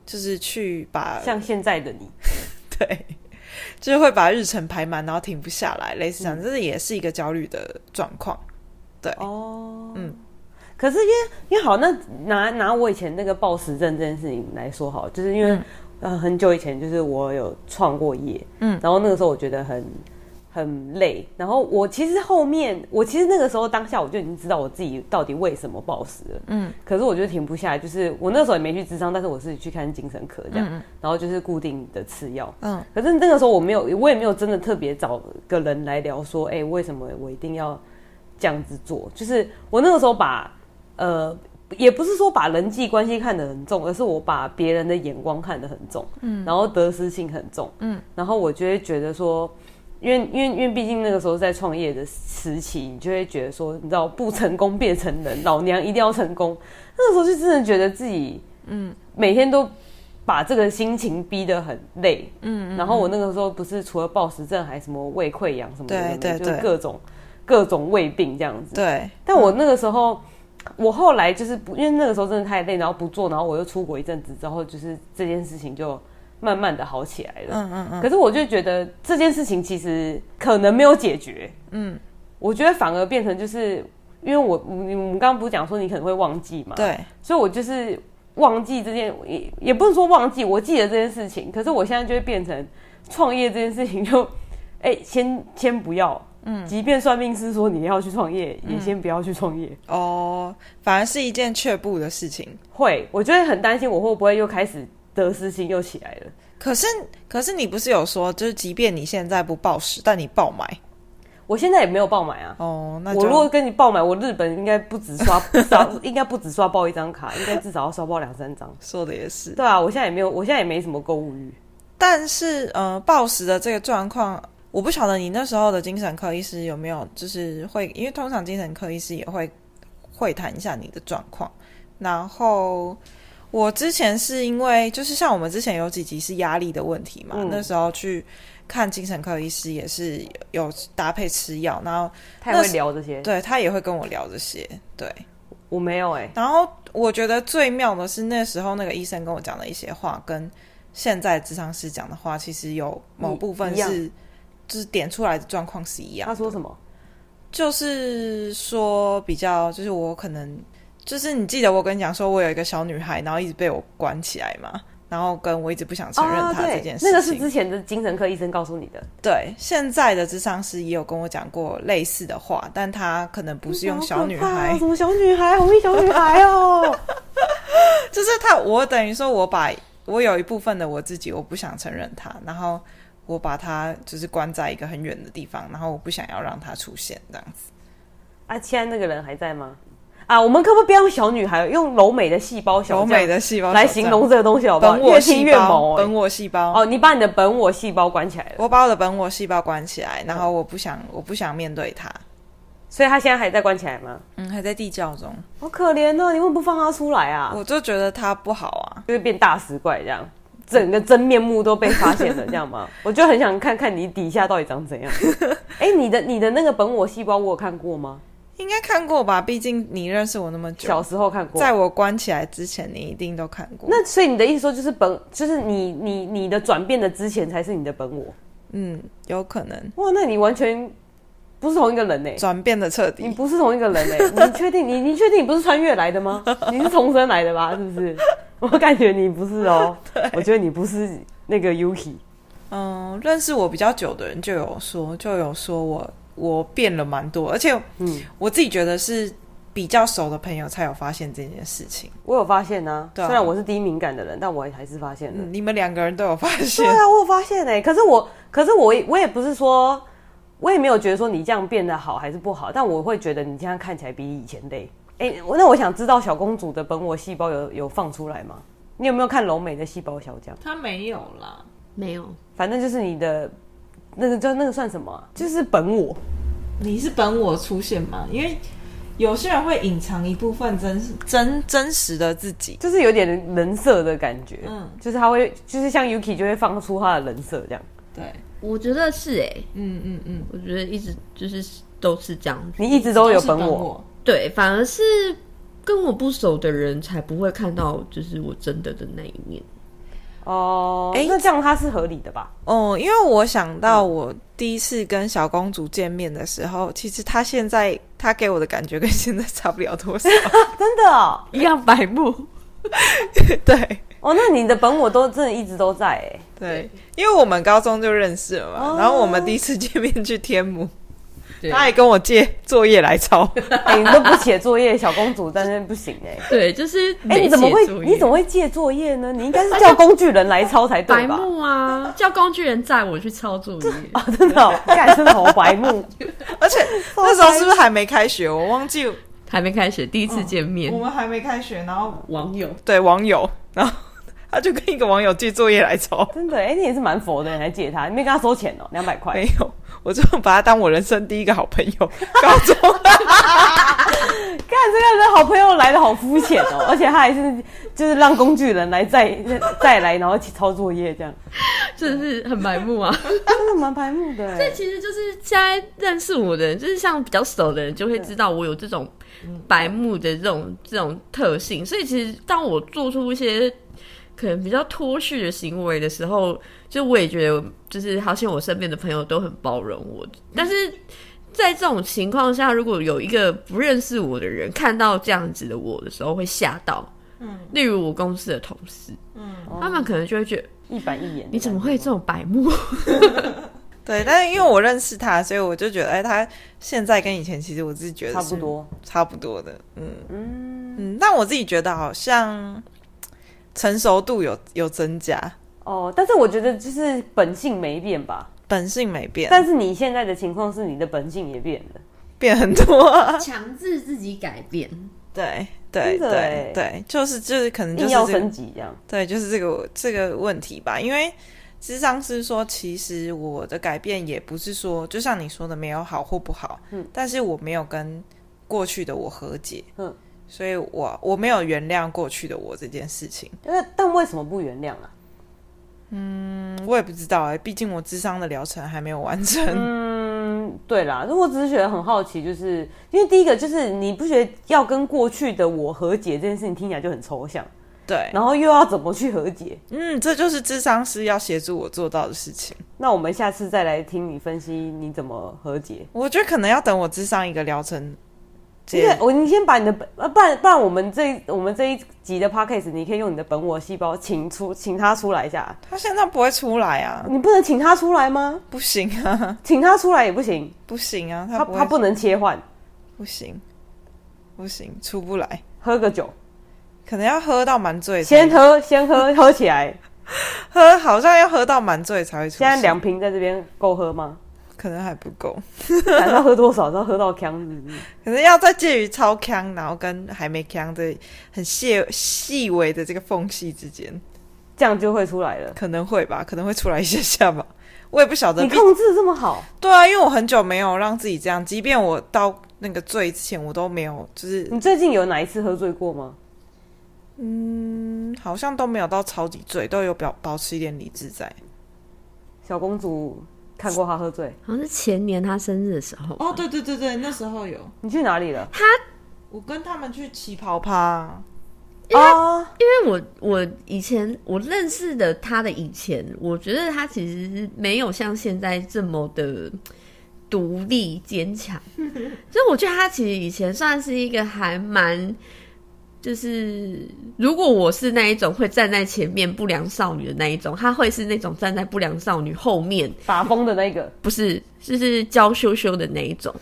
S1: 就是去把
S2: 像现在的你，
S1: 对，就是会把日程排满，然后停不下来，类似这样，这也是一个焦虑的状况。对，
S2: 哦，
S1: 嗯
S2: 嗯。可是因为因为好，那拿拿我以前那个暴食症这件事情来说好，就是因为、呃很久以前就是我有创过业，
S1: 嗯
S2: 嗯，然后那个时候我觉得很很累。然后我其实后面，我其实那个时候当下我就已经知道我自己到底为什么暴食了。嗯，可是我就停不下来，就是我那时候也没去智商，但是我是去看精神科这样，然后就是固定的吃药。
S1: 嗯
S2: 嗯，可是那个时候我没有，我也没有真的特别找个人来聊说，哎、为什么我一定要这样子做？就是我那个时候把呃。也不是说把人际关系看得很重，而是我把别人的眼光看得很重，嗯，然后得失心很重，嗯，然后我就会觉得说，因为因为因为毕竟那个时候在创业的时期，你就会觉得说，你知道不成功便成仁，老娘一定要成功。那个时候就真的觉得自己，嗯，每天都把这个心情逼得很累，嗯然后我那个时候不是除了暴食症，还什么胃溃疡什么的，
S1: 对对
S2: 就是
S1: 对
S2: 各种各种胃病这样子。
S1: 对，
S2: 但我那个时候，我后来就是不，因为那个时候真的太累，然后不做，然后我又出国一阵子之后，就是这件事情就慢慢的好起来了。
S1: 嗯嗯嗯，
S2: 可是我就觉得这件事情其实可能没有解决，嗯，我觉得反而变成就是因为我你我们刚刚不是讲说你可能会忘记嘛，，
S1: 对，
S2: 所以我就是忘记这件，也也不是说忘记，我记得这件事情，可是我现在就会变成创业这件事情就，哎、先先不要，嗯，即便算命师说你要去创业，也先不要去创业，
S1: 哦，反而是一件却步的事情。
S2: 会，我就会很担心我会不会又开始得失心又起来了。
S1: 可是，可是你不是有说，就是即便你现在不暴食，但你爆买
S2: 我现在也没有爆买啊，
S1: 哦，那就
S2: 我如果跟你爆买，我日本应该不止刷 刷，应该不止刷爆一张卡，应该至少要刷爆两三张。
S1: 说的也是。
S2: 对啊，我现在也没有，我现在也没什么购物欲。
S1: 但是，呃，暴食的这个状况，我不晓得你那时候的精神科医师有没有，就是会，因为通常精神科医师也会会谈一下你的状况。然后，我之前是因为，就是像我们之前有几集是压力的问题嘛，
S2: 嗯
S1: 那时候去看精神科医师也是有搭配吃药，然后
S2: 他也会聊这些，
S1: 对他也会跟我聊这些，对。
S2: 我没有哎、
S1: 然后我觉得最妙的是那时候那个医生跟我讲的一些话，跟现在智商师讲的话，其实有某部分
S2: 嗯一样
S1: 是就是点出来的状况是一样
S2: 他。说什么？
S1: 就是说比较，就是我可能就是你记得我跟你讲说，我有一个小女孩，然后一直被我关起来嘛，然后跟我一直不想承认
S2: 啊
S1: 她
S2: 对
S1: 这件事情。
S2: 那个是之前的精神科医生告诉你的，
S1: 对，现在的智商师也有跟我讲过类似的话，但他可能不是用小女
S2: 好可怕
S1: 孩
S2: 哦什么小女孩，红衣小女 孩哦，
S1: 就是他，我等于说我把我有一部分的我自己，我不想承认他，然后我把他就是关在一个很远的地方，然后我不想要让他出现这样子。
S2: 啊，现在那个人还在吗？啊，我们可不可以不要用小女孩，用柔美的细胞小
S1: 柔
S2: 将
S1: 美的细胞
S2: 来
S1: 小
S2: 形
S1: 将
S2: 容这个东西好不好？
S1: 本我
S2: 越听
S1: 细
S2: 越毛
S1: 胞，
S2: 哎、
S1: 本我细胞。
S2: 哦，你把你的本我细胞关起来了，
S1: 我把我的本我细胞关起来，然后我不想，我不想面对他。
S2: 所以他现在还在关起来吗？
S1: 嗯，还在地窖中，
S2: 好可怜哦，你为什么不放他出来啊？
S1: 我就觉得他不好啊。
S2: 就是变大食怪这样，整个真面目都被发现了，这样 吗？我就很想看看你底下到底长怎样。哎、你的你的那个本我细胞，我有看过吗？
S1: 应该看过吧？毕竟你认识我那么久
S2: 小，时候看过。
S1: 在我关起来之前，你一定都看过。
S2: 那所以你的意思说，就是本，就是你你你的转变的之前才是你的本我。
S1: 嗯，有可能
S2: 哇，那你完全不是同一个人呢、欸
S1: 转变的彻
S2: 你
S1: 底。
S2: 不是同一个人呢、欸你确定你你确定你不是穿越来的吗？你是重生来的吧？是 不是？我感觉你不是哦、我觉得你不是那个 Yuki。
S1: 嗯，认识我比较久的人就有说，就有说我我变了蛮多，而且
S2: 嗯，
S1: 我自己觉得是比较熟的朋友才有发现这件事情。
S2: 我有发现呢、
S1: 对啊
S2: 虽然我是低敏感的人，但我还是发现了。
S1: 嗯，你们两个人都有发现
S2: 对，啊，我有发现哎、可是我，可是我也，我也不是说，我也没有觉得说你这样变得好还是不好，但我会觉得你这样看起来比以前累。哎、我那我想知道小公主的本我细胞有有放出来吗？你有没有看柔美的细胞小将？
S1: 他没有啦。
S3: 没有，
S2: 反正就是你的那个叫那个算什么啊、就是本我。
S1: 你是本我出现吗？因为有些人会隐藏一部分真真真实的自己。
S2: 就是有点人设的感觉，
S1: 嗯
S2: 嗯，就是他会，就是像 Yuki 就会放出他的人设这样，
S1: 对，
S3: 我觉得是哎、
S1: 嗯嗯嗯，
S3: 我觉得一直就是都是这样子。
S2: 你一直都有本我，，
S3: 对，反而是跟我不熟的人才不会看到，就是我真的的那一面。
S2: 哦，
S1: 哎
S2: 那这样他是合理的吧？
S1: 哦、因为我想到我第一次跟小公主见面的时候，其实她现在她给我的感觉跟现在差不了多少。
S2: 真的哦、
S3: 一样白目，
S1: 对，
S2: 哦，那你的本我都真的一直都在哎、
S1: 对，因为我们高中就认识了嘛，
S2: 哦
S1: 然后我们第一次见面去天母，
S4: 对
S1: 他还跟我借作业来 抄，
S2: 哎你都不写作业，小公主但是不行哎、
S4: 对，就是
S2: 哎、你
S4: 没
S2: 怎么
S4: 写
S2: 会
S4: 作业
S2: 你怎么会借作业呢？你应该是叫工具人来抄才对
S4: 白
S2: 吧？
S4: 目啊？叫工具人载我去抄作业，
S2: 啊， 真的、哦，干真的好白目。
S1: 而且那时候是不是还没开学？我忘记
S4: 还没开始，第一次
S2: 哦
S4: 见面，
S1: 我们还没开学，然后
S4: 网友
S1: 对网友，然后他就跟一个网友借作业来抄，
S2: 真的，哎、你也是蛮佛的，你还借他，你没跟他收钱哦、两百块
S1: 没。有，我就把他当我人生第一个好朋友， 高 中。
S2: 干这个人好朋友来的好肤浅哦，而且他还是就是让工具人来再再来，然后一起抄作业这样，
S4: 真的是很白目啊。
S2: 真的蛮白目的
S4: 这
S2: 哎。
S4: 其实就是现在认识我的人，就是像比较熟的人，就会知道我有这种白目的这种这种特性。所以其实当我做出一些可能比较脱序的行为的时候，就我也觉得，就是好像我身边的朋友都很包容我。但是在这种情况下，如果有一个不认识我的人看到这样子的我的时候，会吓到。嗯，例如我公司的同事，嗯，哦他们可能就会觉得
S2: 一板一眼，
S4: 你怎么会这？种白目？
S1: 对，但是因为我认识他，所以我就觉得，哎，他现在跟以前其实我自己觉得
S2: 差
S1: 是
S2: 不多，
S1: 差不多的，嗯
S2: 嗯，
S1: 嗯。但我自己觉得好像成熟度有有增加，
S2: 哦，但是我觉得就是本性没变吧，
S1: 本性没变，
S2: 但是你现在的情况是你的本性也变了，
S1: 变很多、 啊。
S4: 强制自己改变，
S1: 对对
S2: 真的
S1: 对
S2: 欸
S1: 对，就是就是可能就
S2: 硬
S1: 是
S2: 要
S1: 这个
S2: 升级这样，
S1: 对，就是这个这个问题吧，因为智商是说，其实我的改变也不是说，就像你说的没有好或不好，
S2: 嗯，
S1: 但是我没有跟过去的我和解，
S2: 嗯，
S1: 所以我我没有原谅过去的我这件事情，
S2: 那但为什么不原谅啊？
S1: 嗯我也不知道哎、毕竟我智商的疗程还没有完成，
S2: 嗯，对啦，那我只是觉得很好奇，就是因为第一个就是你不觉得要跟过去的我和解这件事情听起来就很抽象，
S1: 对，
S2: 然后又要怎么去和解？
S1: 嗯，这就是智商师要协助我做到的事情，
S2: 那我们下次再来听你分析你怎么和解。
S1: 我觉得可能要等我智商一个疗程
S2: 因
S1: 结
S2: 为我你先把你的本，呃不然不然我们这我们这一集的 podcast，你可以用你的本我细胞请出请他出来一下，
S1: 他现在不会出来啊，
S2: 你不能请他出来吗？
S1: 不行啊，
S2: 请他出来也不行，
S1: 不行啊，
S2: 他
S1: 他不
S2: 他
S1: 会
S2: 不能切换，
S1: 不行，不行，出不来，
S2: 喝个酒，
S1: 可能要喝到蛮醉才，
S2: 先喝先喝喝起来，
S1: 喝，好像要喝到蛮醉才会出现。
S2: 现在两瓶在这边够喝 吗？
S1: 可能还不够，
S3: 啊
S2: 想要喝多少，要喝到呛是不是？
S1: 可能要在介于超腔，然后跟还没腔的很细细微的这个缝隙之间，
S2: 这样就会出来了。
S1: 可能会吧，可能会出来一下下吧。我也不晓得
S2: 你，控制这么好，
S1: 对啊，因为我很久没有让自己这样，即便我到那个醉之前，我都没有，就是
S2: 你最近有哪一次喝醉过吗？
S1: 嗯好像都没有到超级醉，都有表保持一点理智在。
S2: 小公主看过她喝醉，
S3: 好像是前年他生日的时候吧，
S1: 哦对对对对，那时候有，
S2: 你去哪里了？
S1: 我跟他们去旗袍趴，
S2: 啊，
S3: 因为我我以前我认识的他的以前，我觉得他其实没有像现在这么的独立坚强， 所以我觉得他其实以前算是一个还蛮。就是如果我是那一种会站在前面不良少女的那一种，他会是那种站在不良少女后面，
S2: 打风的那 个，
S3: 不是就是娇羞羞的那一种。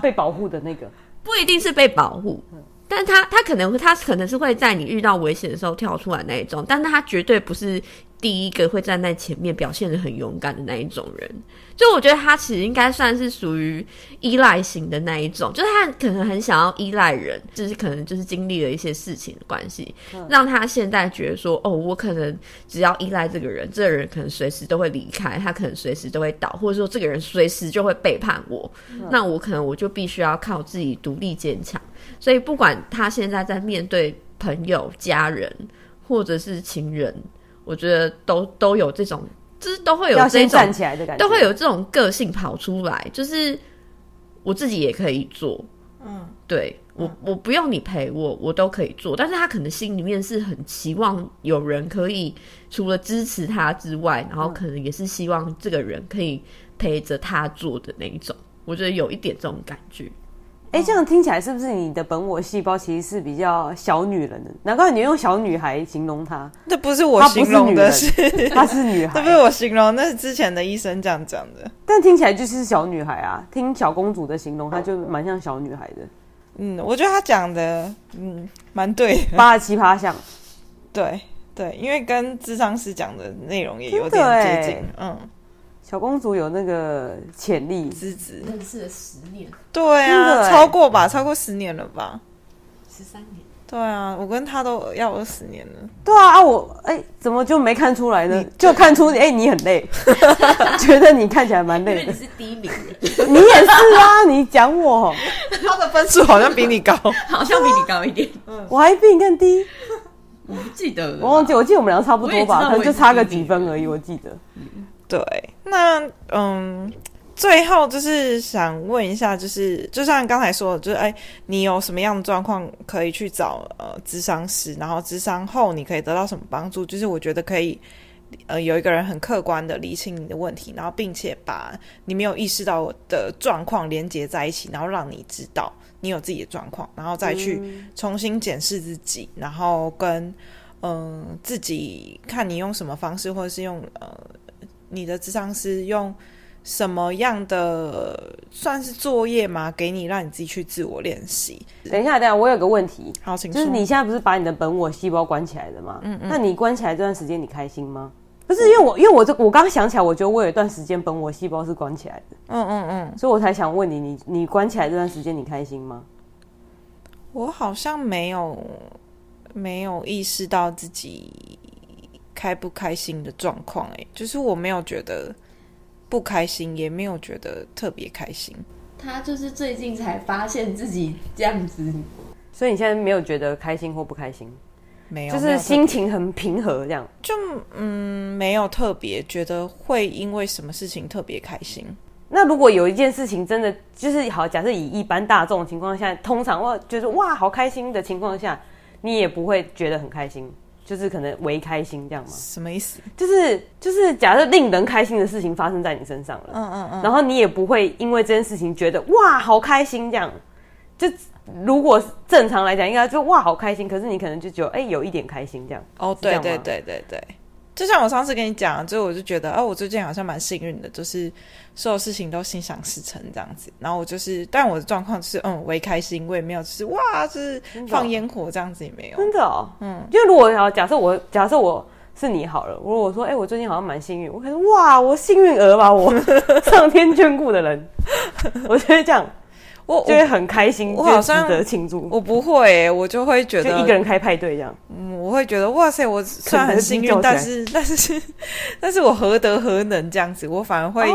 S2: 被保护的那个，
S3: 不一定是被保护，但他他可能他可能是会在你遇到危险的时候跳出来那一种，但是他绝对不是第一个会站在前面表现的很勇敢的那一种人。就我觉得他其实应该算是属于依赖型的那一种，就是他可能很想要依赖人，就是可能就是经历了一些事情的关系，
S2: 嗯
S3: 让他现在觉得说，哦，我可能只要依赖这个人，这个人可能随时都会离开，他可能随时都会倒，或者说这个人随时就会背叛我，
S2: 嗯
S3: 那我可能我就必须要靠自己独立坚强。所以不管他现在在面对朋友、家人或者是情人，我觉得都都有这种，就是都会有
S2: 要
S3: 这
S2: 先
S3: 种
S2: 站起来的感觉，
S3: 都会有这种个性跑出来，就是我自己也可以做，
S1: 嗯，
S3: 对我我不用你陪我，我都可以做。但是他可能心里面是很期望有人可以除了支持他之外，然后
S5: 嗯
S3: 可能也是希望这个人可以陪着他做的那一种。我觉得有一点这种感觉，
S2: 哎、这样听起来是不是你的本我细胞其实是比较小女人的？难怪你用小女孩形容 她，
S1: 那不是我
S2: 她不
S1: 形
S2: 是
S1: 容
S2: 女
S1: 的
S2: 人
S1: 是，，
S2: 她是女
S1: 那不是
S2: 孩，
S1: 我形容，那是之前的医生这样讲的。
S2: 但听起来就是小女孩啊。听小公主的形容，她就蛮像小女孩 的，
S1: 嗯，我觉得他讲的嗯蛮对的，
S2: 八十七趴像。
S1: 对对，因为跟智商师讲的内容也有
S2: 真的
S1: 点接
S2: 欸
S1: 近，嗯，
S2: 小公主有那个潜力，
S1: 资质，
S5: 认识了十 年、
S1: 对
S2: 真的
S1: 啊，
S2: 欸
S1: 超过吧，超过十年了吧？
S5: 十三年，
S1: 对啊，我跟他都要二十年了。
S2: 对啊啊我哎、怎么就没看出来呢？就看出哎、你很累，觉得你看起来蛮
S5: 因
S2: 累
S5: 为
S2: 的
S5: 你，是第一名，
S2: 你也是啊，你讲我，
S1: 他的分数好像比你高，
S4: 好像比你高一点，
S2: 我还比你更低，
S4: 不记得
S3: 啊
S4: 了。
S2: 我忘记，我记得我们俩差不多吧，
S4: 我也知道
S2: 可能就差个几分而已，我记得。
S1: 对，那嗯，最后就是想问一下，就是就像刚才说的，就是哎，你有什么样的状况可以去找呃咨商师，然后咨商后你可以得到什么帮助？就是我觉得可以。呃，有一个人很客观的理清你的问题，然后并且把你没有意识到的状况连接在一起，然后让你知道你有自己的状况，然后再去重新检视自己，然后跟嗯、呃自己看你用什么方式，或者是用呃你的智商师用什么样的算是作业吗？给你让你自己去自我练习。
S2: 等一下，等一下，我有个问题，
S1: 好，请
S2: 就是
S1: 说
S2: 你现在不是把你的本我细胞关起来的吗？那你关起来这段时间，你开心吗？不是，因为我因为我这我刚想起来，我觉得我有一段时间本我细胞是关起来的，
S1: 嗯嗯嗯，
S2: 所以我才想问你，你你关起来这段时间你开心吗？
S1: 我好像没有没有意识到自己开不开心的状况，哎，就是我没有觉得不开心，也没有觉得特别开心。
S5: 他就是最近才发现自己这样子，
S2: 所以你现在没有觉得开心或不开心，
S1: 没有，
S2: 就
S1: 没
S2: 是
S1: 有特
S2: 心情很平和这样。
S1: 就嗯，没有特别觉得会因为什么事情特别开心。
S2: 那如果有一件事情真的就是好，假设以一般大众的情况下，通常我觉得哇好开心的情况下，你也不会觉得很开心，就是可能为开心这样吗？
S1: 什么意思？
S2: 就是就是假设令人开心的事情发生在你身上了，
S1: 嗯嗯嗯，
S2: 然后你也不会因为这件事情觉得哇好开心这样，就如果正常来讲应该就哇好开心，可是你可能就觉得哎、有一点开心这样，
S1: 哦，
S2: 这
S1: 对
S2: 样
S1: 对
S2: 吗
S1: 对对对，就像我上次跟你讲，就我就觉得，哦，我最近好像蛮幸运的，就是所有事情都心想事成这样子。然后我就是，但我的状况就是，嗯，我也开心，我也没有，就是哇，就是
S2: 的哦
S1: 放烟火这样子也没有。
S2: 真的哦，嗯，就如果假设我假设我是你好了，如果我说哎、我最近好像蛮幸运，我可能哇我幸运儿 吧，我上天眷顾的人，我觉得这样
S1: 我
S2: 就
S1: 我
S2: 会很开心，
S1: 我
S2: 就
S1: 好
S2: 值
S1: 像
S2: 得庆祝，
S1: 我不会欸、我就会觉
S2: 就
S1: 得
S2: 一个人开派对这样，
S1: 嗯我会觉得哇塞，我虽然很幸运，
S2: 肯德
S1: 但
S2: 基
S1: 是但是 但是我何德何能这样子？我反而会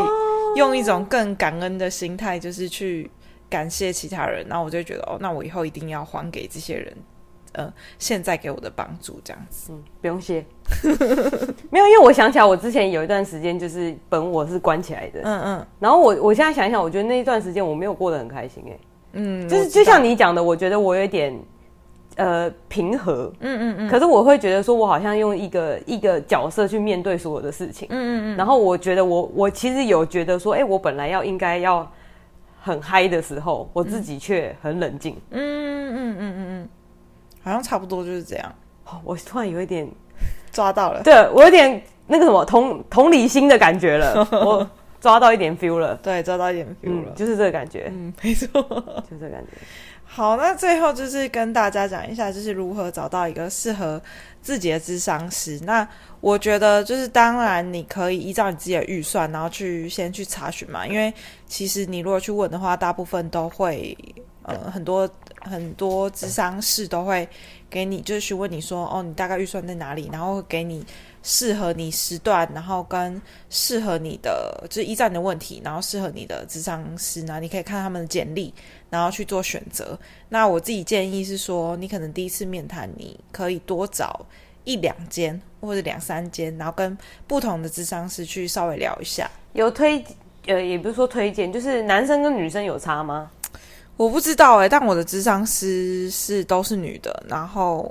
S1: 用一种更感恩的心态，就是去感谢其他人，然后我就会觉得哦，那我以后一定要还给这些人，呃，现在给我的帮助这样子。
S2: 嗯，不用谢。 没有，因为我想起来，我之前有一段时间就是本我是关起来的，
S1: 嗯嗯
S2: 然后我我现在想一想，我觉得那一段时间我没有过得很开心、哎，
S1: 嗯，
S2: 就是
S1: 我知道
S2: 就像你讲的，我觉得我有一点呃平和，
S1: 嗯嗯嗯
S2: 可是我会觉得说，我好像用一个一个角色去面对所有的事情。
S1: 嗯嗯
S2: 然后我觉得我我其实有觉得说，哎、我本来要应该要很嗨的时候，我自己却很冷静。
S1: 嗯嗯嗯嗯嗯嗯，好像差不多就是这样，
S2: 哦我突然有一点，
S1: 抓到了。
S2: 对我有点那个什么同同理心的感觉 了，我抓到一点 feel 了。
S1: 对，抓到一点 feel
S2: 嗯
S1: 了，，
S2: 就是这个感觉，
S1: 嗯，没错。
S2: 就是这个感觉。
S1: 好，那最后就是跟大家讲一下，就是如何找到一个适合自己的智商师。那我觉得就是，当然你可以依照你自己的预算，然后去先去查询嘛，因为其实你如果去问的话，大部分都会呃很多很多智商室都会给你就是询问你说哦，你大概预算在哪里，然后会给你适合你时段，然后跟适合你的就是依照你的问题，然后适合你的智商师呢，你可以看他们的简历，然后去做选择。那我自己建议是说，你可能第一次面谈，你可以多找一两间或者两三间，然后跟不同的智商师去稍微聊一下。
S2: 有推，呃，也不是说推荐，就是男生跟女生有差吗？
S1: 我不知道哎、但我的智商师是都是女的，然后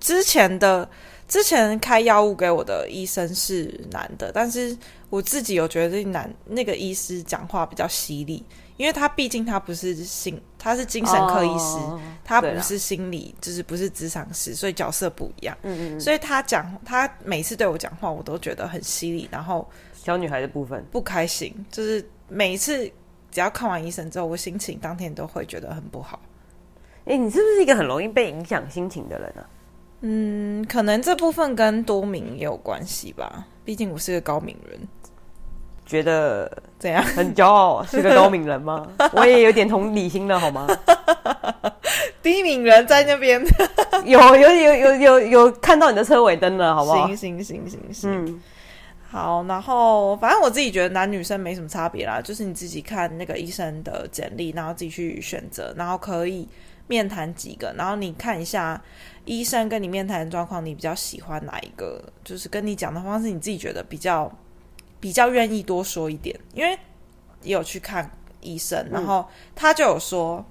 S1: 之前的之前开药物给我的医生是男的，但是我自己有觉得男那个医师讲话比较犀利，因因为他毕竟他不是心，他是精神科医师，
S2: 哦
S1: 他
S2: 对
S1: 不
S2: 啦
S1: 是心理，就是不是职场师，所以角色不一样。
S2: 嗯嗯嗯，
S1: 所以他讲，他每次对我讲话，我都觉得很犀利，然后
S2: 小女孩的部分，
S1: 不开心，就是每一次只要看完医生之后，我心情当天都会觉得很不好。
S2: 哎、你是不是一个很容易被影响心情的人啊？
S1: 嗯，可能这部分跟多名也有关系吧，毕竟我是个高敏人。
S2: 觉得
S1: 怎样？
S2: 很骄 傲，啊是个高敏人吗？我也有点同理心了，好吗？
S1: 低敏人在那边，
S2: 有有有有有有看到你的车尾灯了，好不好
S1: 行？行行行行，
S2: 嗯，
S1: 好，然后反正我自己觉得男女生没什么差别啦，就是你自己看那个医生的简历，然后自己去选择，然后可以面谈几个，然后你看一下医生跟你面谈的状况，你比较喜欢哪一个？就是跟你讲的方式，你自己觉得比较比较愿意多说一点，因为也有去看医生，然后他就有说，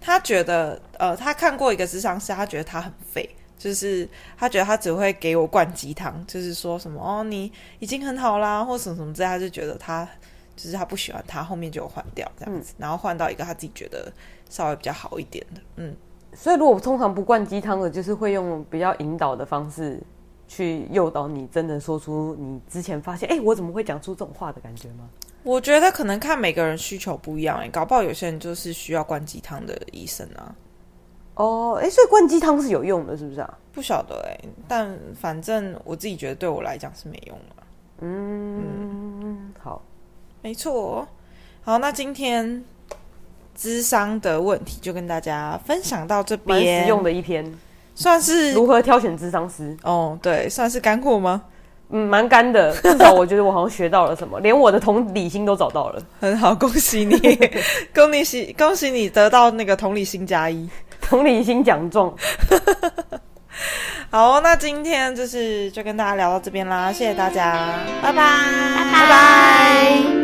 S1: 他觉得呃，他看过一个智商师，他觉得他很废。就是他觉得他只会给我灌鸡汤，就是说什么哦，你已经很好啦，或什么什么之类，他就觉得他就是他不喜欢他，后面就有换掉这样子，然后换到一个他自己觉得稍微比较好一点的，嗯，
S2: 所以如果通常不灌鸡汤的，就是会用比较引导的方式去诱导你，真的说出你之前发现，哎、我怎么会讲出这种话的感觉吗？
S1: 我觉得可能看每个人需求不一样、欸，搞不好有些人就是需要灌鸡汤的医生啊，
S2: 哦，哎、所以灌鸡汤是有用的，是不是啊？
S1: 不晓得哎、但反正我自己觉得对我来讲是没用的，
S2: 嗯，好，
S1: 没错。好，那今天智商的问题就跟大家分享到这
S2: 蛮
S1: 边，
S2: 实用的一篇，
S1: 算是
S2: 如何挑选智商师，
S1: 哦，对，算是干货吗？
S2: 嗯，蛮干的，至少我觉得我好像学到了什么，连我的同理心都找到了，
S1: 很好，恭喜你，恭喜喜恭喜你得到那个同理心加一。
S2: 同理心奖状，
S1: 好哦，那今天就是就跟大家聊到这边啦，谢谢大家，拜拜，拜拜。
S3: 拜。